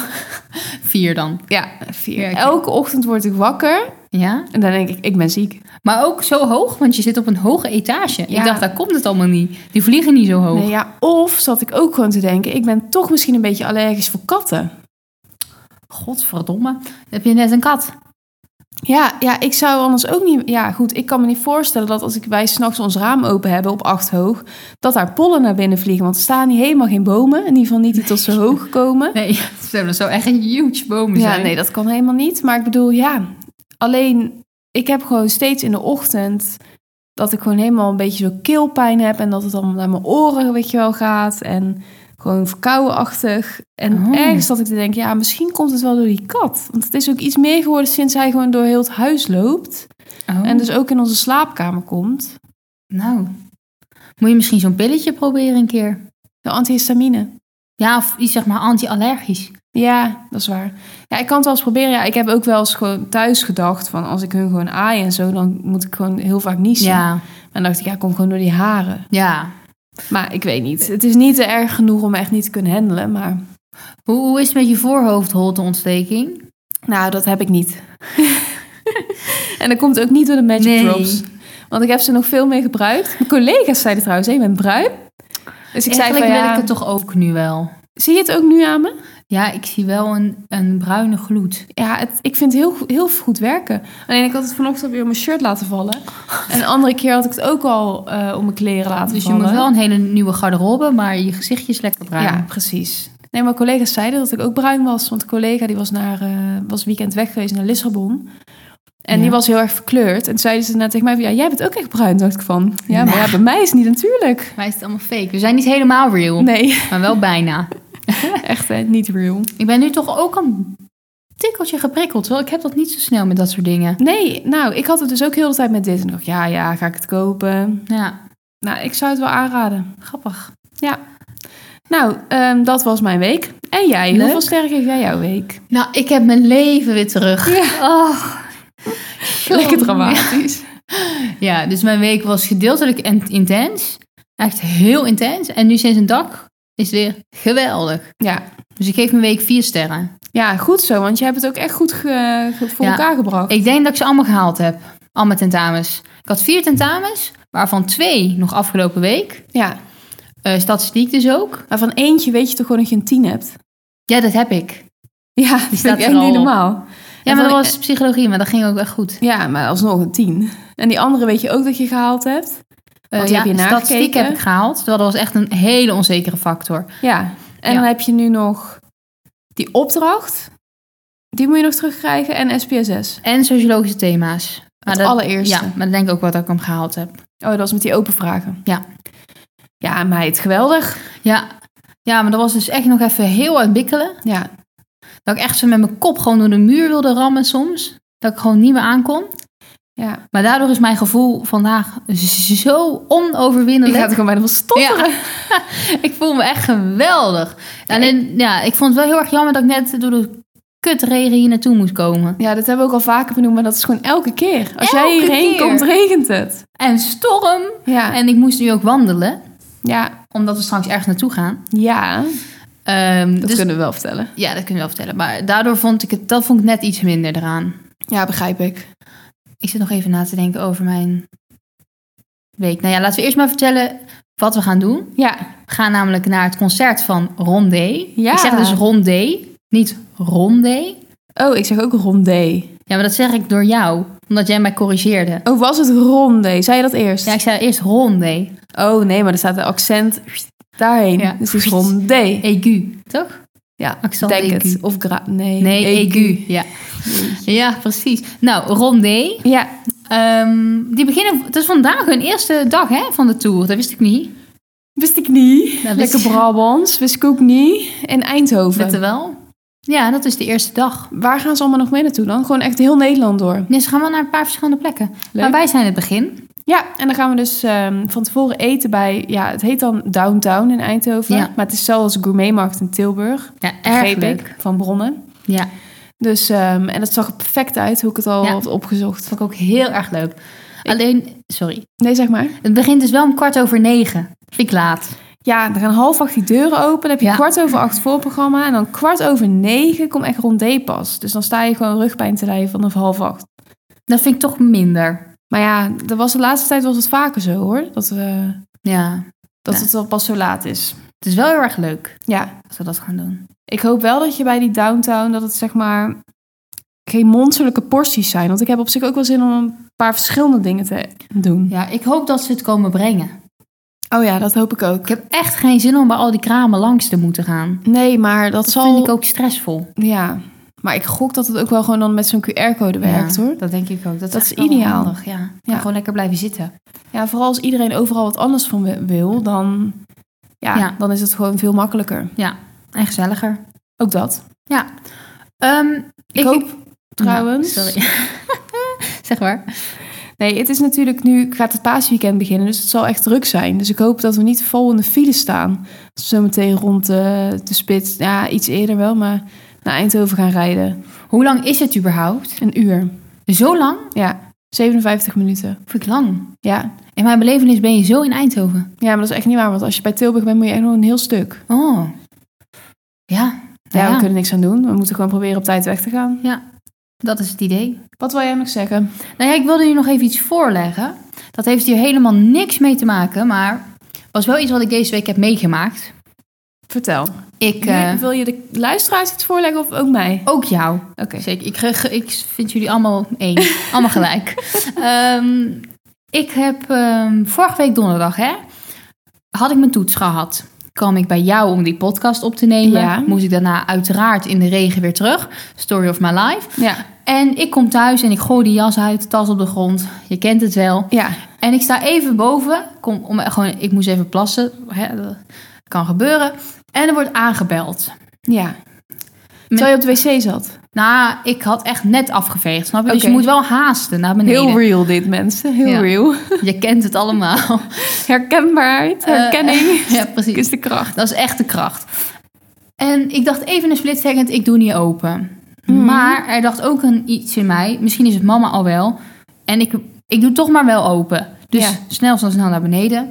Speaker 2: vier dan.
Speaker 1: Ja, vier.
Speaker 2: Ja, ik-
Speaker 1: Elke ochtend word ik wakker
Speaker 2: Ja?
Speaker 1: en dan denk ik, ik ben ziek.
Speaker 2: Maar ook zo hoog, want je zit op een hoge etage.
Speaker 1: Ja.
Speaker 2: Ik dacht, daar komt het allemaal niet. Die vliegen niet zo hoog.
Speaker 1: Nee, ja. Of zat ik ook gewoon te denken, ik ben toch misschien een beetje allergisch voor katten.
Speaker 2: Godverdomme. Heb je net een kat?
Speaker 1: Ja, ja, ik zou anders ook niet... Ja, goed, ik kan me niet voorstellen dat als ik, wij s'nachts ons raam open hebben op acht hoog... dat daar pollen naar binnen vliegen. Want er staan hier helemaal geen bomen. In ieder geval niet die tot zo hoog komen.
Speaker 2: Nee, dat zou echt een huge bomen
Speaker 1: Ja,
Speaker 2: zijn.
Speaker 1: nee, dat kan helemaal niet. Maar ik bedoel, ja. Alleen, ik heb gewoon steeds in de ochtend... dat ik gewoon helemaal een beetje zo keelpijn heb... en dat het allemaal naar mijn oren, weet je wel, gaat. En gewoon verkouwenachtig. En
Speaker 2: Oh.
Speaker 1: ergens dat ik dan denk, ja, misschien komt het wel door die kat. Want het is ook iets meer geworden sinds hij gewoon door heel het huis loopt...
Speaker 2: Oh,
Speaker 1: En dus ook in onze slaapkamer komt.
Speaker 2: Nou, moet je misschien zo'n pilletje proberen een keer?
Speaker 1: De antihistamine.
Speaker 2: Ja, of iets zeg maar anti-allergisch.
Speaker 1: Ja, dat is waar. Ja, ik kan het wel eens proberen. Ja, ik heb ook wel eens gewoon thuis gedacht van als ik hun gewoon aai en zo, dan moet ik gewoon heel vaak niezen.
Speaker 2: Ja,
Speaker 1: En dan dacht ik, ja, komt gewoon door die haren.
Speaker 2: ja.
Speaker 1: Maar ik weet niet. Het is niet erg genoeg om echt niet te kunnen handelen. Maar
Speaker 2: Hoe, hoe is het met je voorhoofdholteontsteking?
Speaker 1: nou, dat heb ik niet. en dat komt ook niet door de magic
Speaker 2: Nee.
Speaker 1: drops. Want ik heb ze nog veel meer gebruikt. Mijn collega's zeiden trouwens, hé, je bent bruin. Dus ik zei
Speaker 2: Eigenlijk
Speaker 1: van,
Speaker 2: wil
Speaker 1: ja,
Speaker 2: ik het toch ook nu wel.
Speaker 1: zie je het ook nu aan me?
Speaker 2: Ja, ik zie wel een, een bruine gloed.
Speaker 1: Ja, het- ik vind het heel, go- heel goed werken. Alleen ik had het vanochtend weer op mijn shirt laten vallen. En de andere keer had ik het ook al eh om mijn kleren laten
Speaker 2: Dus je
Speaker 1: vallen.
Speaker 2: moet wel een hele nieuwe garderobe, maar je gezichtje is lekker bruin.
Speaker 1: Ja, precies. Nee, maar collega's zeiden dat ik ook bruin was. Want een collega die was, naar, eh, was weekend weg geweest naar Lissabon. En
Speaker 2: Ja.
Speaker 1: die was heel erg verkleurd. En zeiden ze net tegen mij, van, ja, jij bent ook echt bruin, dacht ik van. Ja, maar ja, bij mij is het niet natuurlijk.
Speaker 2: Wij is het allemaal fake. We zijn niet helemaal real,
Speaker 1: Nee,
Speaker 2: maar wel bijna.
Speaker 1: echt hè, niet real.
Speaker 2: Ik ben nu toch ook een tikkeltje geprikkeld. Wel, ik heb dat niet zo snel met dat soort dingen.
Speaker 1: Nee, nou, ik had het dus ook heel de tijd met dit. En ik dacht, ja, ja, ga ik het kopen?
Speaker 2: Ja,
Speaker 1: Nou, ik zou het wel aanraden.
Speaker 2: grappig.
Speaker 1: Nou, ehm, dat was mijn week. En jij,
Speaker 2: Leuk.
Speaker 1: hoeveel sterren geef jij jouw week?
Speaker 2: Nou, ik heb mijn leven weer terug. Oh.
Speaker 1: Lekker dramatisch.
Speaker 2: Ja, dus mijn week was gedeeltelijk en- intens. Echt heel intens. En nu sinds een dag is het weer geweldig.
Speaker 1: Ja.
Speaker 2: Dus ik geef mijn week vier sterren.
Speaker 1: ja, goed zo, want je hebt het ook echt goed ge- ge- voor
Speaker 2: Ja.
Speaker 1: elkaar gebracht.
Speaker 2: Ik denk dat ik ze allemaal gehaald heb. Al mijn tentamens. Ik had vier tentamens, waarvan twee nog afgelopen week.
Speaker 1: Ja,
Speaker 2: Eh, statistiek dus ook.
Speaker 1: maar van eentje weet je toch gewoon dat je een tien hebt?
Speaker 2: Ja, dat heb ik.
Speaker 1: Ja, dat vind
Speaker 2: staat
Speaker 1: ik
Speaker 2: er
Speaker 1: echt niet
Speaker 2: al op.
Speaker 1: normaal.
Speaker 2: Ja,
Speaker 1: En
Speaker 2: maar dat
Speaker 1: van- e-
Speaker 2: was psychologie, maar dat ging ook echt goed.
Speaker 1: Ja, maar alsnog een tien. En die andere weet je ook dat je gehaald hebt?
Speaker 2: Eh,
Speaker 1: die
Speaker 2: ja,
Speaker 1: heb je nagekeken?
Speaker 2: statistiek heb ik gehaald. Terwijl dat was echt een hele onzekere factor.
Speaker 1: Ja. En
Speaker 2: Ja.
Speaker 1: dan heb je nu nog die opdracht. Die moet je nog terugkrijgen en SPSS.
Speaker 2: En sociologische thema's. Maar
Speaker 1: Het
Speaker 2: dat-
Speaker 1: allereerste.
Speaker 2: Ja, maar dat denk ik ook wel dat ik hem gehaald heb.
Speaker 1: Oh, dat was met die open vragen.
Speaker 2: Ja.
Speaker 1: Ja, meid, geweldig.
Speaker 2: Ja. ja, maar dat was dus echt nog even heel uitwikkelen.
Speaker 1: Ja.
Speaker 2: Dat ik echt zo met mijn kop gewoon door de muur wilde rammen soms. Dat ik gewoon niet meer aankon.
Speaker 1: ja.
Speaker 2: Maar daardoor is mijn gevoel vandaag zo
Speaker 1: Ik ga
Speaker 2: onoverwinnelijk.
Speaker 1: het gewoon bijna van stotteren.
Speaker 2: ik voel me echt geweldig. Alleen, ja, ik vond het wel heel erg jammer dat ik net door de kutregen hier naartoe moest komen.
Speaker 1: Ja, dat hebben we ook al vaker benoemd, maar dat is gewoon elke keer. Als jij
Speaker 2: Elke
Speaker 1: hierheen
Speaker 2: keer.
Speaker 1: komt, regent het.
Speaker 2: En storm.
Speaker 1: Ja.
Speaker 2: En ik moest nu ook wandelen,
Speaker 1: ja.
Speaker 2: omdat we straks ergens naartoe gaan.
Speaker 1: Ja.
Speaker 2: Ehm,
Speaker 1: Dat
Speaker 2: dus,
Speaker 1: kunnen we wel vertellen.
Speaker 2: Ja, dat kun je wel vertellen. Maar daardoor vond ik het, dat vond ik net iets minder eraan.
Speaker 1: Ja, begrijp ik.
Speaker 2: Ik zit nog even na te denken over mijn week. Nou ja, laten we eerst maar vertellen wat we gaan doen.
Speaker 1: Ja.
Speaker 2: We gaan namelijk naar het concert van Rondé.
Speaker 1: Ja.
Speaker 2: Ik zeg dus Rondé, niet Rondé.
Speaker 1: Oh, ik zeg ook rondé.
Speaker 2: Ja, maar dat zeg ik door jou, omdat jij mij corrigeerde.
Speaker 1: Oh, was het rondé? Zei je dat eerst?
Speaker 2: Ja, ik zei eerst Rondé,
Speaker 1: Oh nee, maar er staat een accent daarheen.
Speaker 2: Ja.
Speaker 1: Dus het is rondé.
Speaker 2: aigu, E toch?
Speaker 1: Ja,
Speaker 2: Accent
Speaker 1: denk
Speaker 2: aigu.
Speaker 1: het. E Of gra... Nee,
Speaker 2: Nee,
Speaker 1: aigu.
Speaker 2: aigu, ja. Ja, precies. Nou, Rondé,
Speaker 1: Ja,
Speaker 2: Ehm, die beginnen, het is vandaag hun eerste dag hè, van de tour, dat wist ik niet.
Speaker 1: wist ik niet.
Speaker 2: Dat Nou, wist
Speaker 1: Lekker
Speaker 2: je-
Speaker 1: Brabants, wist ik ook niet. En Eindhoven.
Speaker 2: Weet je wel? Ja, dat is de eerste dag.
Speaker 1: Waar gaan ze allemaal nog mee naartoe dan? Gewoon echt heel Nederland door.
Speaker 2: Nee, ze gaan wel naar een paar verschillende plekken.
Speaker 1: Leuk.
Speaker 2: Maar wij zijn het begin.
Speaker 1: Ja, en dan gaan we dus ehm, van tevoren eten bij... Ja, het heet dan Downtown in Eindhoven.
Speaker 2: Ja.
Speaker 1: Maar het is zelfs gourmetmarkt in Tilburg.
Speaker 2: Ja, erg
Speaker 1: Begreep
Speaker 2: leuk.
Speaker 1: ik, van Bronnen.
Speaker 2: Ja, dat
Speaker 1: Dus, ehm, en dat zag er perfect uit, hoe ik het al
Speaker 2: Ja.
Speaker 1: had opgezocht.
Speaker 2: vond ik ook heel erg leuk. Alleen, sorry.
Speaker 1: Nee, zeg maar.
Speaker 2: Het begint dus wel om kwart over negen. Vind ik laat.
Speaker 1: Ja, dan gaan half acht die deuren open. Dan heb je
Speaker 2: Ja.
Speaker 1: kwart over acht voorprogramma. En dan kwart over negen komt echt rondé pas. Dus dan sta je gewoon rugpijn te lijden vanaf half acht.
Speaker 2: Dat vind ik toch minder.
Speaker 1: Maar ja, dat was de laatste tijd was het vaker zo hoor. Dat, we,
Speaker 2: Ja,
Speaker 1: dat
Speaker 2: Ja.
Speaker 1: het al pas zo laat is.
Speaker 2: het is wel heel erg leuk
Speaker 1: Ja,
Speaker 2: dat we dat gaan doen.
Speaker 1: ik hoop wel dat je bij die downtown... dat het zeg maar geen monsterlijke porties zijn. Want ik heb op zich ook wel zin om een paar verschillende dingen te doen.
Speaker 2: Ja, ik hoop dat ze het komen brengen.
Speaker 1: Oh ja, dat hoop ik ook.
Speaker 2: Ik heb echt geen zin om bij al die kramen langs te moeten gaan.
Speaker 1: Nee, maar dat,
Speaker 2: Dat
Speaker 1: zal...
Speaker 2: vind ik ook stressvol.
Speaker 1: Ja, maar ik gok dat het ook wel gewoon dan met zo'n QR-code werkt
Speaker 2: Ja,
Speaker 1: hoor.
Speaker 2: Dat denk ik ook. Dat,
Speaker 1: Dat
Speaker 2: echt
Speaker 1: is
Speaker 2: wel
Speaker 1: ideaal.
Speaker 2: handig, ja.
Speaker 1: Ja.
Speaker 2: ja, gewoon lekker blijven zitten.
Speaker 1: Ja, vooral als iedereen overal wat anders van wi- wil, dan, ja,
Speaker 2: Ja.
Speaker 1: dan is het gewoon veel makkelijker.
Speaker 2: En gezelliger.
Speaker 1: Ook dat.
Speaker 2: Ehm,
Speaker 1: Ik, hoop trouwens.
Speaker 2: Nou, sorry. zeg maar.
Speaker 1: Nee, het is natuurlijk nu gaat het paasweekend beginnen, dus het zal echt druk zijn. Dus ik hoop dat we niet vol in de file staan. Als we zometeen rond eh, de spits, ja, iets eerder wel, maar naar Eindhoven gaan rijden.
Speaker 2: Hoe lang is het überhaupt?
Speaker 1: Een uur.
Speaker 2: Zo lang?
Speaker 1: Ja, 57 minuten.
Speaker 2: Vind ik lang.
Speaker 1: Ja.
Speaker 2: In mijn belevenis ben je zo in Eindhoven.
Speaker 1: ja, maar dat is echt niet waar, want als je bij Tilburg bent, moet je echt nog een heel stuk.
Speaker 2: Oh. Ja. Nou
Speaker 1: Ja,
Speaker 2: ja,
Speaker 1: we kunnen niks aan doen. We moeten gewoon proberen op tijd weg te gaan.
Speaker 2: dat is het idee.
Speaker 1: Wat wil jij nog zeggen?
Speaker 2: Nou ja, ik wilde je nog even iets voorleggen. Dat heeft hier helemaal niks mee te maken, maar was wel iets wat ik deze week heb meegemaakt.
Speaker 1: Vertel.
Speaker 2: Ik,
Speaker 1: Wil-
Speaker 2: eh,
Speaker 1: Wil je de luisteraars iets voorleggen of ook mij?
Speaker 2: ook jou.
Speaker 1: Oké.
Speaker 2: Zeker. Ik, ge- ge- ik vind jullie allemaal één. allemaal gelijk. Ehm, ik heb ehm, vorige week donderdag, hè, had ik mijn toets gehad. Kwam ik bij jou om die podcast op te nemen.
Speaker 1: Ja.
Speaker 2: Moest ik daarna uiteraard in de regen weer terug. Story of my life.
Speaker 1: Ja.
Speaker 2: En ik kom thuis en ik gooi die jas uit, tas op de grond. Je kent het wel.
Speaker 1: Ja.
Speaker 2: En ik sta even boven. Kom, om, gewoon, ik moest even plassen. Hè, dat kan gebeuren. En er wordt aangebeld.
Speaker 1: Ja. Terwijl je op de wc zat.
Speaker 2: Nou, ik had echt net afgeveegd, snap je? Dus je
Speaker 1: Oké.
Speaker 2: moet wel haasten naar beneden.
Speaker 1: Heel real dit, mensen. Heel
Speaker 2: Ja.
Speaker 1: real.
Speaker 2: Je kent het allemaal.
Speaker 1: Herkenbaarheid, herkenning.
Speaker 2: Eh, ja, precies.
Speaker 1: is de kracht.
Speaker 2: Dat is echt de kracht. En ik dacht even een split second, ik doe niet open.
Speaker 1: Mhm.
Speaker 2: Maar er dacht ook een iets in mij. Misschien is het mama al wel. En ik, ik doe toch maar wel open. Dus
Speaker 1: Ja.
Speaker 2: snel, snel, snel naar beneden.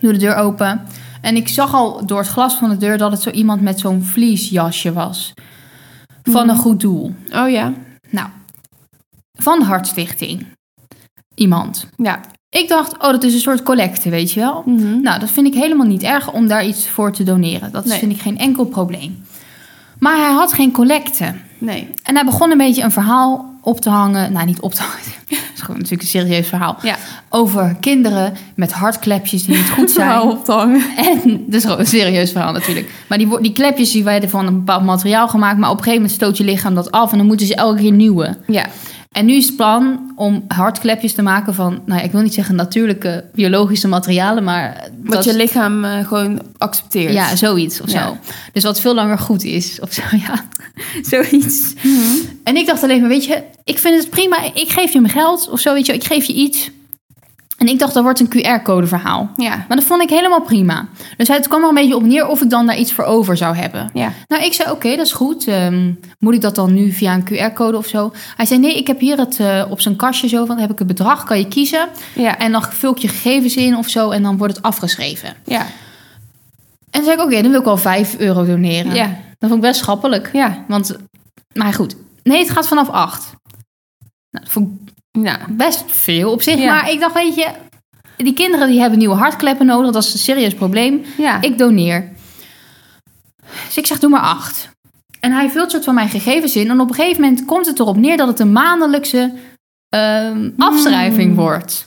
Speaker 2: doe de deur open. En ik zag al door het glas van de deur dat het zo iemand met zo'n vliesjasje was. Van een goed doel.
Speaker 1: Oh ja.
Speaker 2: Nou, van de Hartstichting. Iemand.
Speaker 1: Ja.
Speaker 2: Ik dacht, oh, dat is een soort collecte, weet je wel.
Speaker 1: Mhm.
Speaker 2: Nou, dat vind ik helemaal niet erg om daar iets voor te doneren. Dat
Speaker 1: Nee.
Speaker 2: vind ik geen enkel probleem. Maar hij had geen collecte.
Speaker 1: Nee.
Speaker 2: En hij begon een beetje een verhaal op te hangen. Nou, niet op te hangen. Dat is gewoon natuurlijk een serieus verhaal.
Speaker 1: Ja.
Speaker 2: Over kinderen met hartklepjes die niet goed zijn.
Speaker 1: Verhaal ophangen.
Speaker 2: En, dat is gewoon een serieus verhaal natuurlijk. Maar die, wo- die klepjes die werden van een bepaald materiaal gemaakt. Maar op een gegeven moment stoot je lichaam dat af. En dan moeten ze elke keer nieuwe.
Speaker 1: Ja.
Speaker 2: En nu is het plan om hartklepjes te maken van... Nou ja, ik wil niet zeggen natuurlijke biologische materialen. Maar
Speaker 1: Wat
Speaker 2: dat-
Speaker 1: je lichaam eh, gewoon accepteert.
Speaker 2: Ja, zoiets of
Speaker 1: Ja.
Speaker 2: zo. Dus wat veel langer goed is of zo, ja. zoiets.
Speaker 1: Mhm.
Speaker 2: En ik dacht alleen maar, weet je, ik vind het prima. Ik geef je mijn geld of zo, weet je. Ik geef je iets. En ik dacht, dat wordt een QR-code verhaal.
Speaker 1: Ja.
Speaker 2: Maar dat vond ik helemaal prima. Dus het kwam er een beetje op neer of ik dan daar iets voor over zou hebben.
Speaker 1: Ja.
Speaker 2: Nou, ik zei, oké, dat is goed. Ehm, moet ik dat dan nu via een QR-code of zo? Hij zei, nee, ik heb hier het eh, op zijn kastje zo van... heb ik het bedrag, kan je kiezen.
Speaker 1: Ja.
Speaker 2: En dan vul ik je gegevens in of zo en dan wordt het afgeschreven.
Speaker 1: Ja.
Speaker 2: En toen zei ik, oké, dan wil ik wel 5 euro doneren.
Speaker 1: Ja.
Speaker 2: Dat vond ik best schappelijk.
Speaker 1: Ja.
Speaker 2: Want, maar goed. Nee, het gaat vanaf 8. Nou, dat vond ik
Speaker 1: Ja.
Speaker 2: best veel op zich.
Speaker 1: Ja.
Speaker 2: Maar ik dacht, weet je, die kinderen die hebben nieuwe hartkleppen nodig. Dat is een serieus probleem.
Speaker 1: Ja.
Speaker 2: Ik doneer. Dus ik zeg, doe maar 8. En hij vult soort van mijn gegevens in. En op een gegeven moment komt het erop neer dat het een maandelijkse
Speaker 1: Hmm.
Speaker 2: ehm, afschrijving wordt.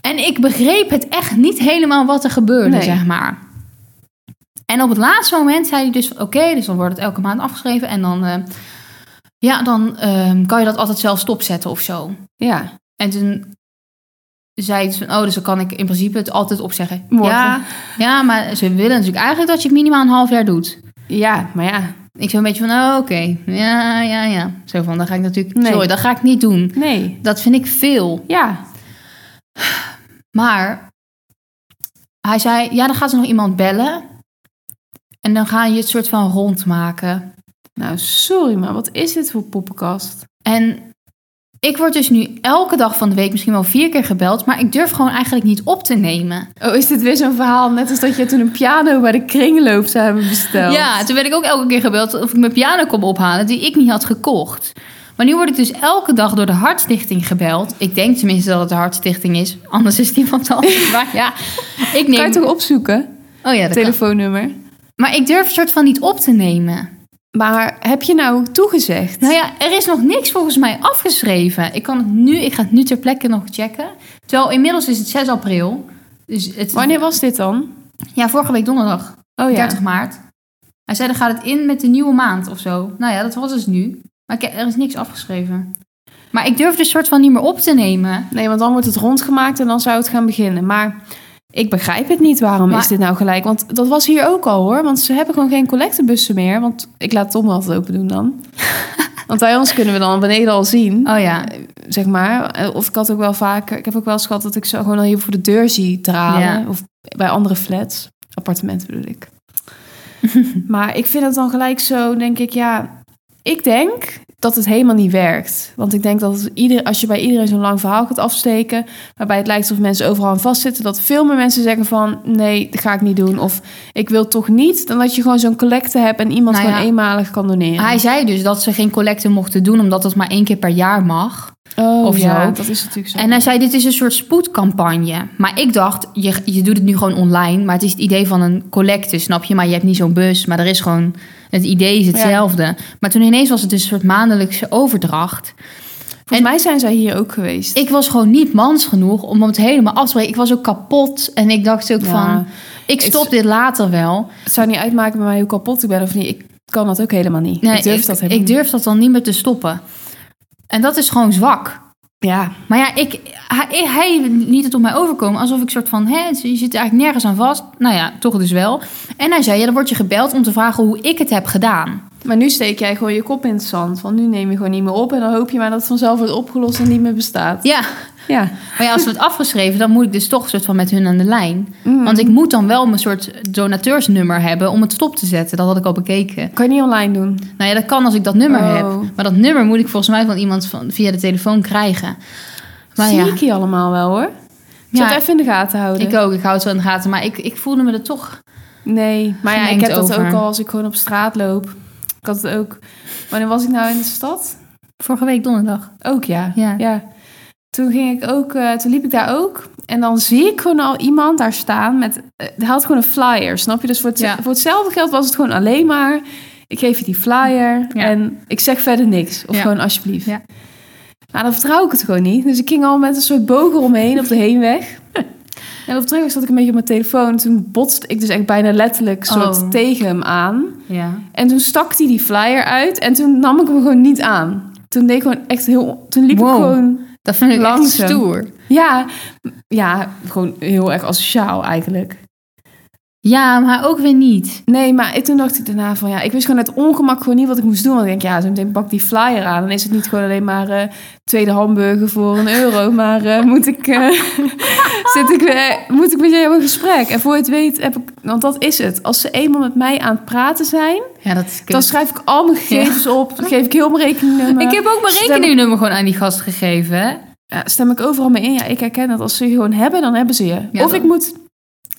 Speaker 2: En ik begreep het echt niet helemaal wat er gebeurde,
Speaker 1: Nee.
Speaker 2: zeg maar. En op het laatste moment zei hij dus, van, oké, dus dan wordt het elke maand afgeschreven. En dan, eh, ja, dan ehm, kan je dat altijd zelf stopzetten of zo.
Speaker 1: ja.
Speaker 2: En toen zei hij, dus van, oh, dus dan kan ik in principe het altijd opzeggen.
Speaker 1: Morgen.
Speaker 2: Ja, ja, maar ze willen natuurlijk eigenlijk dat je het minimaal een half jaar doet.
Speaker 1: Ja, maar ja.
Speaker 2: Ik zo een beetje van, oh, oké, ja, ja, ja. Zo van, dat ga ik natuurlijk,
Speaker 1: Nee.
Speaker 2: sorry, dat ga ik niet doen.
Speaker 1: Nee.
Speaker 2: Dat vind ik veel.
Speaker 1: Ja.
Speaker 2: Maar hij zei, ja, dan gaat er nog iemand bellen. En dan ga je het soort van rondmaken.
Speaker 1: Nou, sorry, maar wat is dit voor poppenkast?
Speaker 2: En ik word dus nu elke dag van de week misschien wel vier keer gebeld. Maar ik durf gewoon eigenlijk niet op te nemen.
Speaker 1: Oh, is dit weer zo'n verhaal? Net als dat je toen een piano bij de kringloop zou hebben besteld.
Speaker 2: Ja, toen werd ik ook elke keer gebeld of ik mijn piano kon ophalen die ik niet had gekocht. Maar nu word ik dus elke dag door de Hartstichting gebeld. Ik denk tenminste dat het de Hartstichting is, anders is het iemand anders. Maar ja, ik
Speaker 1: Kan je
Speaker 2: neem...
Speaker 1: het toch opzoeken?
Speaker 2: Oh ja, dat kan.
Speaker 1: Telefoonnummer.
Speaker 2: Maar ik durf het soort van niet op te nemen.
Speaker 1: Maar heb je nou toegezegd?
Speaker 2: Nou ja, er is nog niks volgens mij afgeschreven. Ik, kan het nu, ik ga het nu ter plekke nog checken. Terwijl inmiddels is het 6 april. Dus het,
Speaker 1: Wanneer was dit dan?
Speaker 2: Ja, vorige week donderdag,
Speaker 1: Oh
Speaker 2: 30 maart. Hij zei, dan gaat het in met de nieuwe maand of zo. Nou ja, dat was dus nu. Maar ik, er is niks afgeschreven. Maar ik durf dus soort van niet meer op te nemen.
Speaker 1: Nee, want dan wordt het rondgemaakt en dan zou het gaan beginnen. Maar ik begrijp het niet, waarom
Speaker 2: Maar-
Speaker 1: is dit nou gelijk? Want dat was hier ook al hoor. Want ze hebben gewoon geen collectebussen meer. Want ik laat Tom altijd open doen dan. want bij ons kunnen we dan beneden al zien,
Speaker 2: Oh ja.
Speaker 1: zeg maar. Eh, Of ik had ook wel vaker... Ik heb ook wel eens gehad dat ik ze gewoon al hier voor de deur zie dralen.
Speaker 2: Ja.
Speaker 1: Of bij andere flats. Appartementen bedoel ik. maar ik vind het dan gelijk zo, denk ik, ja... Ik denk dat het helemaal niet werkt. Want ik denk dat het ieder, als je bij iedereen zo'n lang verhaal gaat afsteken... waarbij het lijkt alsof mensen overal aan vastzitten... dat veel meer mensen zeggen van... nee, dat ga ik niet doen. Of ik wil toch niet. Dan dat je gewoon zo'n collecte hebt... en iemand
Speaker 2: Nou
Speaker 1: gewoon
Speaker 2: ja.
Speaker 1: eenmalig kan doneren.
Speaker 2: Hij zei dus dat ze geen collecte mochten doen, omdat dat maar één keer per jaar mag.
Speaker 1: oh,
Speaker 2: of
Speaker 1: ja,
Speaker 2: zo.
Speaker 1: dat is natuurlijk zo.
Speaker 2: En hij zei, dit is een soort spoedcampagne. Maar ik dacht, je, je doet het nu gewoon online, maar het is het idee van een collecte, snap je? Maar je hebt niet zo'n bus, maar er is gewoon, het idee is hetzelfde. Maar toen ineens was het dus een soort maandelijkse overdracht.
Speaker 1: Volgens mij zijn zij hier ook geweest.
Speaker 2: Ik was gewoon niet mans genoeg om het helemaal af te breken. Ik was ook kapot en ik dacht ook
Speaker 1: Ja.
Speaker 2: van, ik stop
Speaker 1: Ik-
Speaker 2: dit later wel.
Speaker 1: Het zou niet uitmaken bij mij hoe kapot ik ben of niet. Ik kan dat ook helemaal niet.
Speaker 2: Nee,
Speaker 1: ik durf dat helemaal
Speaker 2: ik durf dat dan niet meer te stoppen. En dat is gewoon zwak.
Speaker 1: niet. Ja,
Speaker 2: Maar ja, ik, hij, hij liet het op mij overkomen alsof ik soort van, hè, je zit er eigenlijk nergens aan vast. Nou ja, toch dus wel. En hij zei, ja, dan word je gebeld om te vragen hoe ik het heb gedaan.
Speaker 1: maar nu steek jij gewoon je kop in het zand. Want nu neem je gewoon niet meer op. En dan hoop je maar dat het vanzelf wordt opgelost en niet meer bestaat.
Speaker 2: Ja,
Speaker 1: Ja.
Speaker 2: maar ja, als we het afgeschreven, dan moet ik dus toch soort van met hun aan de lijn.
Speaker 1: Mm.
Speaker 2: Want ik moet dan wel mijn soort donateursnummer hebben om het stop te zetten. Dat had ik al bekeken.
Speaker 1: Kan je niet online doen.
Speaker 2: Nou ja, dat kan als ik dat nummer
Speaker 1: Oh.
Speaker 2: heb. Maar dat nummer moet ik volgens mij van iemand van, via de telefoon krijgen. Maar
Speaker 1: Zie
Speaker 2: ja,
Speaker 1: ik je allemaal wel hoor. Ik zal
Speaker 2: Ja.
Speaker 1: het even in de gaten houden.
Speaker 2: Ik ook, ik hou het wel in de gaten. Maar ik, ik voelde me er toch...
Speaker 1: Nee, maar ja, ik
Speaker 2: Gemengd
Speaker 1: heb dat
Speaker 2: over.
Speaker 1: ook al als ik gewoon op straat loop. Ik had het ook. Wanneer was ik nou in de stad?
Speaker 2: Vorige week donderdag.
Speaker 1: Ook ja.
Speaker 2: Ja.
Speaker 1: Toen ging ik ook, eh, toen liep ik daar ook. En dan zie ik gewoon al iemand daar staan met. eh, Hij had gewoon een flyer, snap je? Dus voor, het-
Speaker 2: Ja.
Speaker 1: voor hetzelfde geld was het gewoon alleen maar. Ik geef je die flyer
Speaker 2: Ja.
Speaker 1: en ik zeg verder niks. Of
Speaker 2: Ja.
Speaker 1: gewoon alsjeblieft.
Speaker 2: Ja.
Speaker 1: Nou, dan vertrouw ik het gewoon niet. Dus ik ging al met een soort bogen omheen op de heenweg. en op terug zat ik een beetje op mijn telefoon. Toen botste ik dus echt bijna letterlijk soort
Speaker 2: Oh.
Speaker 1: tegen hem aan.
Speaker 2: Ja.
Speaker 1: En toen stak hij die flyer uit en toen nam ik hem gewoon niet aan. Toen deed ik gewoon echt heel... Toen liep
Speaker 2: Wow.
Speaker 1: ik gewoon...
Speaker 2: Dat vind ik
Speaker 1: Langzaam.
Speaker 2: echt stoer.
Speaker 1: Ja, ja, gewoon heel erg asociaal eigenlijk.
Speaker 2: Ja, maar ook weer niet.
Speaker 1: Nee, maar ik- toen dacht ik daarna van ja, ik wist gewoon uit ongemak gewoon niet wat ik moest doen. Want ik denk ja, zo meteen pak ik die flyer aan. Dan is het niet gewoon alleen maar eh, tweede hamburger voor een euro. Maar eh, moet ik, eh, zit ik, weer- moet ik met jou in gesprek? En voor je het weet heb ik, want dat is het. Als ze eenmaal met mij aan het praten zijn,
Speaker 2: Ja, dat is kut.
Speaker 1: dan schrijf ik al mijn gegevens op. Dan geef ik heel mijn rekeningnummer.
Speaker 2: Ik heb ook mijn
Speaker 1: Stem-
Speaker 2: rekeningnummer gewoon aan die gast gegeven. hè?
Speaker 1: ja, stem ik overal mee in. Ja, ik herken dat als ze je gewoon hebben, dan hebben ze je.
Speaker 2: Ja,
Speaker 1: of
Speaker 2: dan-
Speaker 1: ik moet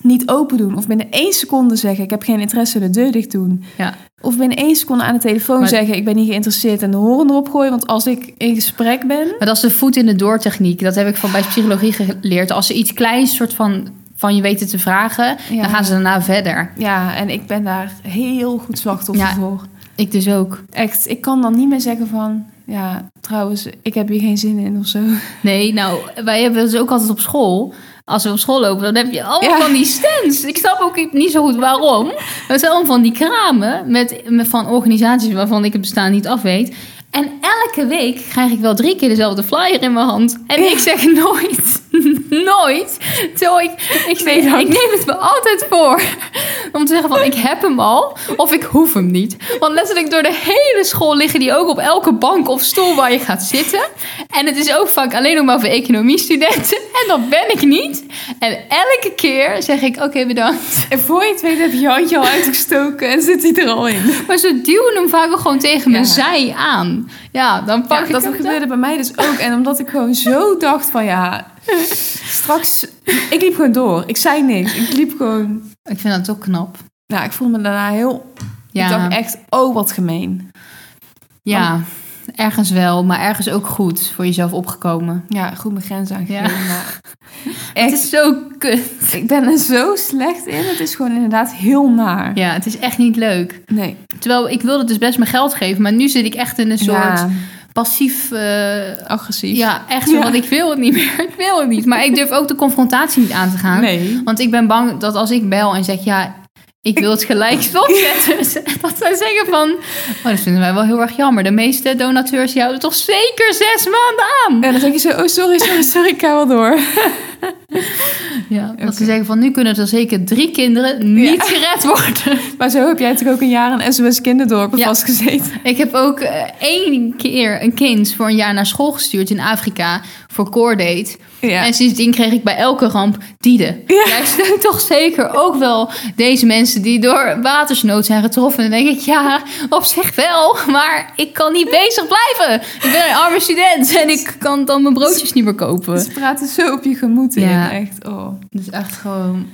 Speaker 1: niet open doen. Of binnen één seconde zeggen, ik heb geen interesse, de deur dicht doen.
Speaker 2: Ja.
Speaker 1: Of binnen één seconde aan de telefoon
Speaker 2: Maar-
Speaker 1: zeggen, ik ben niet geïnteresseerd en de horen erop gooien. Want als ik in gesprek ben...
Speaker 2: Maar dat is de voet in de door techniek. Dat heb ik van bij psychologie geleerd. Als ze iets kleins soort van, van je weten te vragen,
Speaker 1: Ja.
Speaker 2: dan gaan ze daarna verder.
Speaker 1: Ja, en ik ben daar heel goed slachtoffer
Speaker 2: Ja.
Speaker 1: voor.
Speaker 2: Ik dus ook.
Speaker 1: Echt, ik kan dan niet meer zeggen van... Ja, trouwens, ik heb hier geen zin in of zo.
Speaker 2: Nee, nou, wij hebben dus ook altijd op school. Als we op school lopen, dan heb je allemaal
Speaker 1: Ja.
Speaker 2: van die stands. Ik snap ook niet zo goed waarom. Maar het zijn allemaal van die kramen met, met, van organisaties waarvan ik het bestaan niet af weet. En elke week krijg ik wel drie keer dezelfde flyer in mijn hand. En ik zeg nooit, nooit. Terwijl ik, ik,
Speaker 1: Nee, dank.
Speaker 2: ik neem het me altijd voor. Om te zeggen van, ik heb hem al of ik hoef hem niet. Want letterlijk door de hele school liggen die ook op elke bank of stoel waar je gaat zitten. En het is ook vaak alleen nog maar voor economiestudenten. En dat ben ik niet. En elke keer zeg ik, oké bedankt.
Speaker 1: En voor je het weet heb je je handje al uitgestoken en zit hij er al in.
Speaker 2: Maar ze duwen hem vaak ook gewoon tegen mijn
Speaker 1: Ja.
Speaker 2: zij aan. Ja, dan pak
Speaker 1: Ja,
Speaker 2: ik
Speaker 1: dat
Speaker 2: hem
Speaker 1: gebeurde bij mij dus ook. En omdat ik gewoon zo dacht van ja, straks... Ik liep gewoon door. Ik zei niks. Ik liep gewoon...
Speaker 2: dan. Ik vind dat toch knap.
Speaker 1: Nou, ik voelde me daarna heel...
Speaker 2: Ja,
Speaker 1: Ik dacht echt, oh wat gemeen.
Speaker 2: ja ergens wel, maar ergens ook goed voor jezelf opgekomen.
Speaker 1: Ja, goed mijn grens aangegeven.
Speaker 2: Ja.
Speaker 1: Maar
Speaker 2: Het
Speaker 1: echt,
Speaker 2: is zo kut.
Speaker 1: ik ben er zo slecht in. Het is gewoon inderdaad heel naar.
Speaker 2: Ja, het is echt niet leuk.
Speaker 1: Nee.
Speaker 2: Terwijl ik wilde dus best mijn geld geven, maar nu zit ik echt in een soort
Speaker 1: Ja,
Speaker 2: passief. eh,
Speaker 1: agressief.
Speaker 2: ja, echt zo,
Speaker 1: Ja.
Speaker 2: want ik wil het niet meer. Ik wil het niet. Maar ik durf ook de confrontatie niet aan te gaan.
Speaker 1: Nee.
Speaker 2: Want ik ben bang dat als ik bel en zeg ja, ik wil het gelijk stopzetten. dat zou zeggen van, oh, dat vinden wij wel heel erg jammer. De meeste donateurs die houden toch zeker zes maanden aan.
Speaker 1: En dan zeg je zo, oh sorry, sorry, sorry, ik ga wel door.
Speaker 2: Ja, dat ze
Speaker 1: Oké.
Speaker 2: zeggen van, nu kunnen er zeker drie kinderen niet gered worden.
Speaker 1: Maar zo heb jij toch ook een jaar in SOS Kinderdorp
Speaker 2: Ja.
Speaker 1: vastgezeten.
Speaker 2: Ik heb ook eh, één keer een kind voor een jaar naar school gestuurd in Afrika voor koordate.
Speaker 1: Ja.
Speaker 2: En sindsdien kreeg ik bij elke ramp dieden. Jij steunt toch zeker ook wel deze mensen die door watersnood zijn getroffen. En dan denk ik, ja, op zich wel, maar ik kan niet bezig blijven. Ik ben een arme student en ik kan dan mijn broodjes niet meer kopen.
Speaker 1: Ze praten zo op je gemoed in.
Speaker 2: Ja.
Speaker 1: Echt, oh.
Speaker 2: Dat is echt gewoon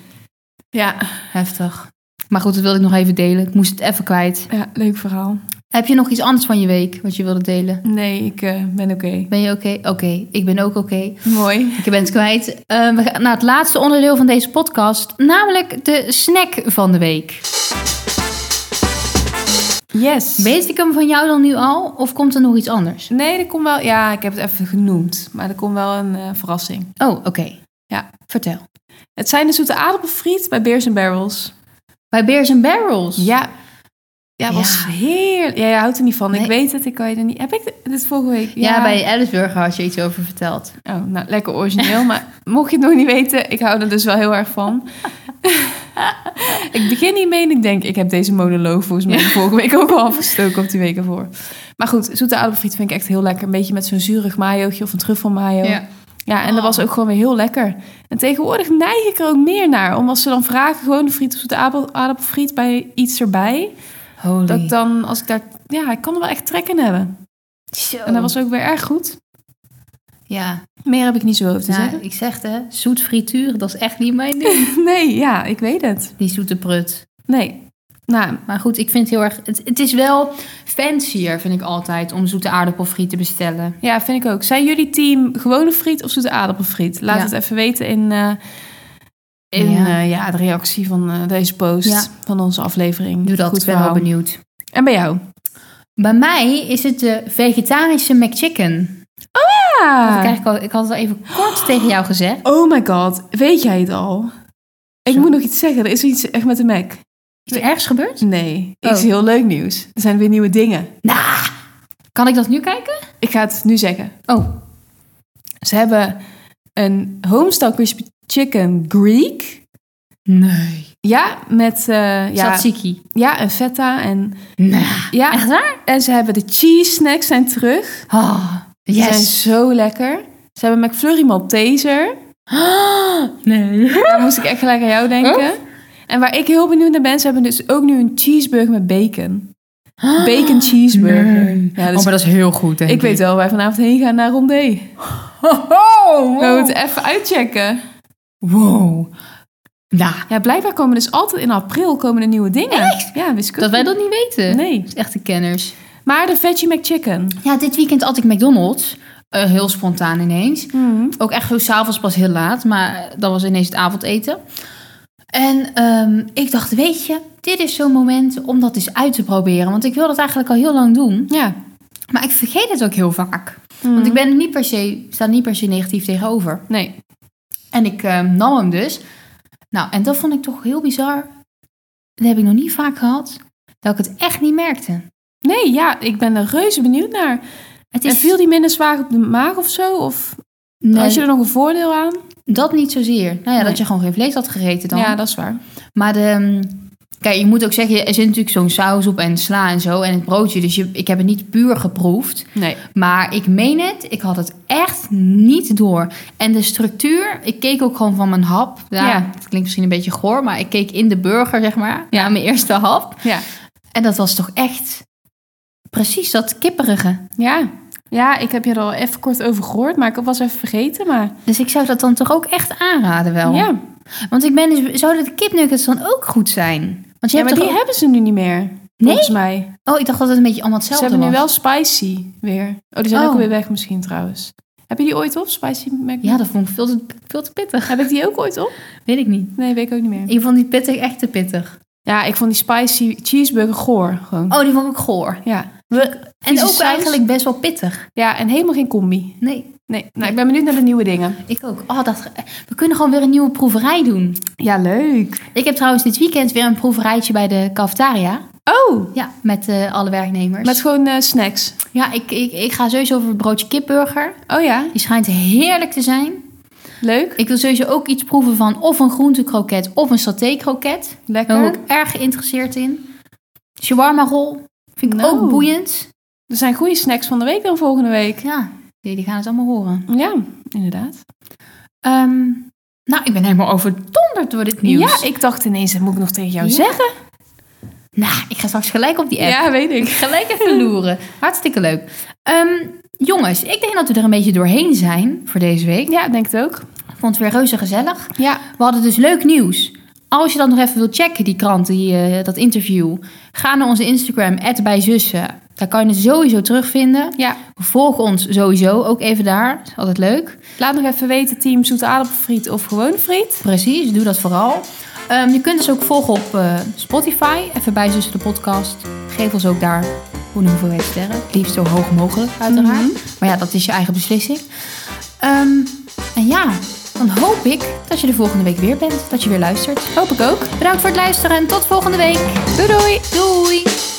Speaker 1: Ja.
Speaker 2: heftig. Maar goed, dat wilde ik nog even delen. Ik moest het even kwijt.
Speaker 1: ja, leuk verhaal.
Speaker 2: Heb je nog iets anders van je week wat je wilde delen?
Speaker 1: Nee, ik eh, ben oké.
Speaker 2: Ben je oké? Oké, ik ben ook oké.
Speaker 1: Mooi.
Speaker 2: Ik ben het kwijt. Eh, we gaan naar het laatste onderdeel van deze podcast, namelijk de snack van de week.
Speaker 1: Yes.
Speaker 2: Weet ik hem van jou dan nu al, of komt er nog iets anders?
Speaker 1: Nee, er komt wel... Ja, ik heb het even genoemd. Maar er komt wel een eh, verrassing.
Speaker 2: Oh, oké.
Speaker 1: Ja.
Speaker 2: vertel.
Speaker 1: Het zijn de zoete aardappelfriet bij Beers Barrels.
Speaker 2: Bij Beers and Barrels.
Speaker 1: Ja. Ja, was
Speaker 2: Ja.
Speaker 1: heerlijk. Ja, jij houdt er niet van. Ik
Speaker 2: Nee.
Speaker 1: weet het, ik kan je er niet... Heb ik dit- dit vorige week?
Speaker 2: Ja, bij Ellisburger had je iets over verteld.
Speaker 1: Oh, nou, lekker origineel. maar mocht je het nog niet weten, ik hou er dus wel heel erg van. ik begin hiermee en ik denk, ik heb deze monoloog volgens mij vorige week ook al afgestoken op die week ervoor. Maar goed, zoete aardappelfriet vind ik echt heel lekker. Een beetje met zo'n zurig mayootje of een truffelmayo. Ja, en dat was ook gewoon weer heel lekker. En tegenwoordig neig ik er ook meer naar. Omdat ze dan vragen gewoon de friet of de aardappel- aardappelfriet bij iets erbij.
Speaker 2: Holy.
Speaker 1: Dat ik dan, als ik daar... Ja, ik kan er wel echt trek in hebben.
Speaker 2: Zo.
Speaker 1: En dat was ook weer erg goed.
Speaker 2: Ja,
Speaker 1: Meer heb ik niet zo over te
Speaker 2: nou,
Speaker 1: zeggen.
Speaker 2: ik zeg het, hè, zoet frituur, dat is echt niet mijn ding.
Speaker 1: Nee, ja, ik weet het.
Speaker 2: Die zoete prut.
Speaker 1: Nee. Nou,
Speaker 2: Maar goed, ik vind het heel erg... Het, het is wel fancier, vind ik altijd, om zoete aardappelfriet te bestellen.
Speaker 1: ja, vind ik ook. Zijn jullie team gewone friet of zoete aardappelfriet? Laat
Speaker 2: Ja.
Speaker 1: het even weten in, eh, in
Speaker 2: Ja.
Speaker 1: ja. ja, de reactie van eh, deze post
Speaker 2: Ja.
Speaker 1: van onze aflevering.
Speaker 2: Doe dat,
Speaker 1: Goed
Speaker 2: ik ben wel
Speaker 1: verhaal.
Speaker 2: benieuwd.
Speaker 1: En bij jou?
Speaker 2: Bij mij is het de vegetarische McChicken. Dat
Speaker 1: Ja.
Speaker 2: krijg ik, al, ik had het al even kort tegen jou gezegd.
Speaker 1: Oh my god, weet jij het al? Ik
Speaker 2: Zo.
Speaker 1: moet nog iets zeggen. Er is iets echt met de Mac.
Speaker 2: Is er ergens gebeurd?
Speaker 1: Nee,
Speaker 2: Oh.
Speaker 1: ik zie heel leuk nieuws. Er zijn weer nieuwe dingen.
Speaker 2: Nou, Kan ik dat nu kijken?
Speaker 1: Ik ga het nu zeggen.
Speaker 2: Oh,
Speaker 1: Ze hebben een Homestyle Crispy Chicken Greek.
Speaker 2: nee.
Speaker 1: Ja, met eh, ja,
Speaker 2: Tzatziki.
Speaker 1: ja, en feta. En,
Speaker 2: Nah.
Speaker 1: ja,
Speaker 2: Echt waar?
Speaker 1: en ze hebben de cheese snacks zijn terug.
Speaker 2: Ah,
Speaker 1: Ze zijn
Speaker 2: yes.
Speaker 1: zo lekker. Ze hebben McFlurry Malteser.
Speaker 2: Ah, nee.
Speaker 1: Daar moest ik echt gelijk aan jou denken.
Speaker 2: Oh.
Speaker 1: En waar ik heel benieuwd naar ben, ze hebben dus ook nu een cheeseburger met bacon. Bacon cheeseburger.
Speaker 2: Ah, Nee.
Speaker 1: Ja,
Speaker 2: oh,
Speaker 1: dus
Speaker 2: maar dat is heel goed, denk ik. Oh,
Speaker 1: ik weet wel waar wij vanavond heen gaan naar Rondé.
Speaker 2: Ho, ho, wow.
Speaker 1: We moeten even uitchecken.
Speaker 2: Wow. Nou,
Speaker 1: Ja, blijkbaar komen dus altijd in april komen er nieuwe dingen. Ja, wist ik ook
Speaker 2: dat wij
Speaker 1: niet.
Speaker 2: dat niet weten.
Speaker 1: Nee.
Speaker 2: Dat is echt de kenners.
Speaker 1: Maar de Veggie McChicken.
Speaker 2: Ja, dit weekend at ik McDonald's. Eh, heel spontaan ineens. Ook echt zo s'avonds pas heel laat. Maar dat was ineens het avondeten. En ehm, ik dacht, weet je, dit is zo'n moment om dat eens uit te proberen. Want ik wil dat eigenlijk al heel lang doen.
Speaker 1: Ja.
Speaker 2: Maar ik vergeet het ook heel vaak.
Speaker 1: Mhm.
Speaker 2: Want ik ben er niet per se, sta er niet per se negatief tegenover.
Speaker 1: Nee.
Speaker 2: En ik eh, nam hem dus. Nou, en dat vond ik toch heel bizar. Dat heb ik nog niet vaak gehad. Dat ik het echt niet merkte.
Speaker 1: Nee, ja, ik ben er reuze benieuwd naar.
Speaker 2: Het
Speaker 1: En viel die minder zwaar op de maag of zo? Of
Speaker 2: Nee,
Speaker 1: had je er nog een voordeel aan?
Speaker 2: dat niet zozeer. Nou ja,
Speaker 1: Nee.
Speaker 2: dat je gewoon geen vlees had gegeten dan.
Speaker 1: Ja, dat is waar.
Speaker 2: Maar de, ehm, kijk, je moet ook zeggen, er zit natuurlijk zo'n saus op en sla en zo en het broodje. Dus je, ik heb het niet puur geproefd.
Speaker 1: Nee.
Speaker 2: Maar ik meen het, ik had het echt niet door. En de structuur, ik keek ook gewoon van mijn hap. Ja,
Speaker 1: Ja.
Speaker 2: het klinkt misschien een beetje goor, maar ik keek in de burger, zeg maar. Ja, mijn eerste hap.
Speaker 1: Ja.
Speaker 2: En dat was toch echt precies dat kipperige.
Speaker 1: Ja. Ja, ik heb je er al even kort over gehoord, maar ik was even vergeten. Maar
Speaker 2: Dus ik zou dat dan toch ook echt aanraden wel.
Speaker 1: ja,
Speaker 2: Want ik ben dus, zouden de kipnuggets dan ook goed zijn? Want je
Speaker 1: ja
Speaker 2: hebt
Speaker 1: maar die
Speaker 2: toch ook-
Speaker 1: hebben ze nu niet meer. Volgens mij.
Speaker 2: Oh, ik dacht dat het een beetje allemaal hetzelfde
Speaker 1: Ze hebben nu
Speaker 2: was.
Speaker 1: wel spicy weer. Oh, die zijn
Speaker 2: Oh.
Speaker 1: ook weer weg misschien trouwens. Heb je die ooit op, spicy mac?
Speaker 2: Ja, dat vond ik veel te, veel te pittig.
Speaker 1: Heb ik die ook ooit op?
Speaker 2: Weet ik niet.
Speaker 1: Nee, weet ik ook niet meer.
Speaker 2: Ik vond die pittig echt te pittig.
Speaker 1: Ja, ik vond die spicy cheeseburger goor gewoon.
Speaker 2: Oh, die vond ik goor.
Speaker 1: Ja.
Speaker 2: En
Speaker 1: Vieze
Speaker 2: ook
Speaker 1: saus.
Speaker 2: eigenlijk best wel pittig.
Speaker 1: ja, en helemaal geen combi.
Speaker 2: Nee,
Speaker 1: Nee, nou, ik ben benieuwd naar de nieuwe dingen.
Speaker 2: ik ook. Oh, dat, we kunnen gewoon weer een nieuwe proeverij doen.
Speaker 1: Ja, leuk.
Speaker 2: Ik heb trouwens dit weekend weer een proeverijtje bij de cafetaria.
Speaker 1: Oh,
Speaker 2: Ja, met eh, alle werknemers.
Speaker 1: met gewoon eh, snacks.
Speaker 2: Ja, ik, ik, ik ga sowieso voor het broodje kipburger.
Speaker 1: Oh ja,
Speaker 2: Die schijnt heerlijk te zijn.
Speaker 1: leuk.
Speaker 2: Ik wil sowieso ook iets proeven van of een groentekroket of een satékroket. Daar
Speaker 1: Lekker.
Speaker 2: ben ik erg geïnteresseerd in. Shawarma rol. Vind ik
Speaker 1: Nou.
Speaker 2: ook boeiend.
Speaker 1: Er zijn goede snacks van de week dan volgende week.
Speaker 2: Ja, jullie gaan het allemaal horen.
Speaker 1: Ja, inderdaad.
Speaker 2: Ehm, nou, ik ben helemaal overdonderd door dit nieuws.
Speaker 1: Ja, ik dacht ineens, dat moet ik nog tegen jou
Speaker 2: Ja.
Speaker 1: zeggen.
Speaker 2: Nou, ik ga straks gelijk op die app.
Speaker 1: Ja, weet ik.
Speaker 2: Gelijk even loeren. Hartstikke leuk. Ehm, jongens, ik denk dat we er een beetje doorheen zijn voor deze week.
Speaker 1: Ja, ik denk het ook.
Speaker 2: Ik vond het weer reuze gezellig.
Speaker 1: Ja,
Speaker 2: We hadden dus leuk nieuws. Als je dat nog even wilt checken, die krant, die, eh, dat interview... ga naar onze Instagram, @bijzussen. Daar kan je het sowieso terugvinden.
Speaker 1: ja.
Speaker 2: Volg ons sowieso, ook even daar. Is altijd leuk.
Speaker 1: Laat nog even weten, team zoete aardappelfriet of gewoon friet.
Speaker 2: Precies, doe dat vooral. Ehm, je kunt ons ook volgen op eh, Spotify. Even bij Zussen de podcast. Geef ons ook daar hoe een hoeveelheid sterren. Het liefst zo hoog mogelijk, uiteraard.
Speaker 1: Mhm.
Speaker 2: Maar ja, dat is je eigen beslissing. Ehm, en ja, dan hoop ik dat je de volgende week weer bent. Dat je weer luistert.
Speaker 1: Hoop ik ook.
Speaker 2: Bedankt voor het luisteren en tot volgende week.
Speaker 1: Doei doei!
Speaker 2: Doei!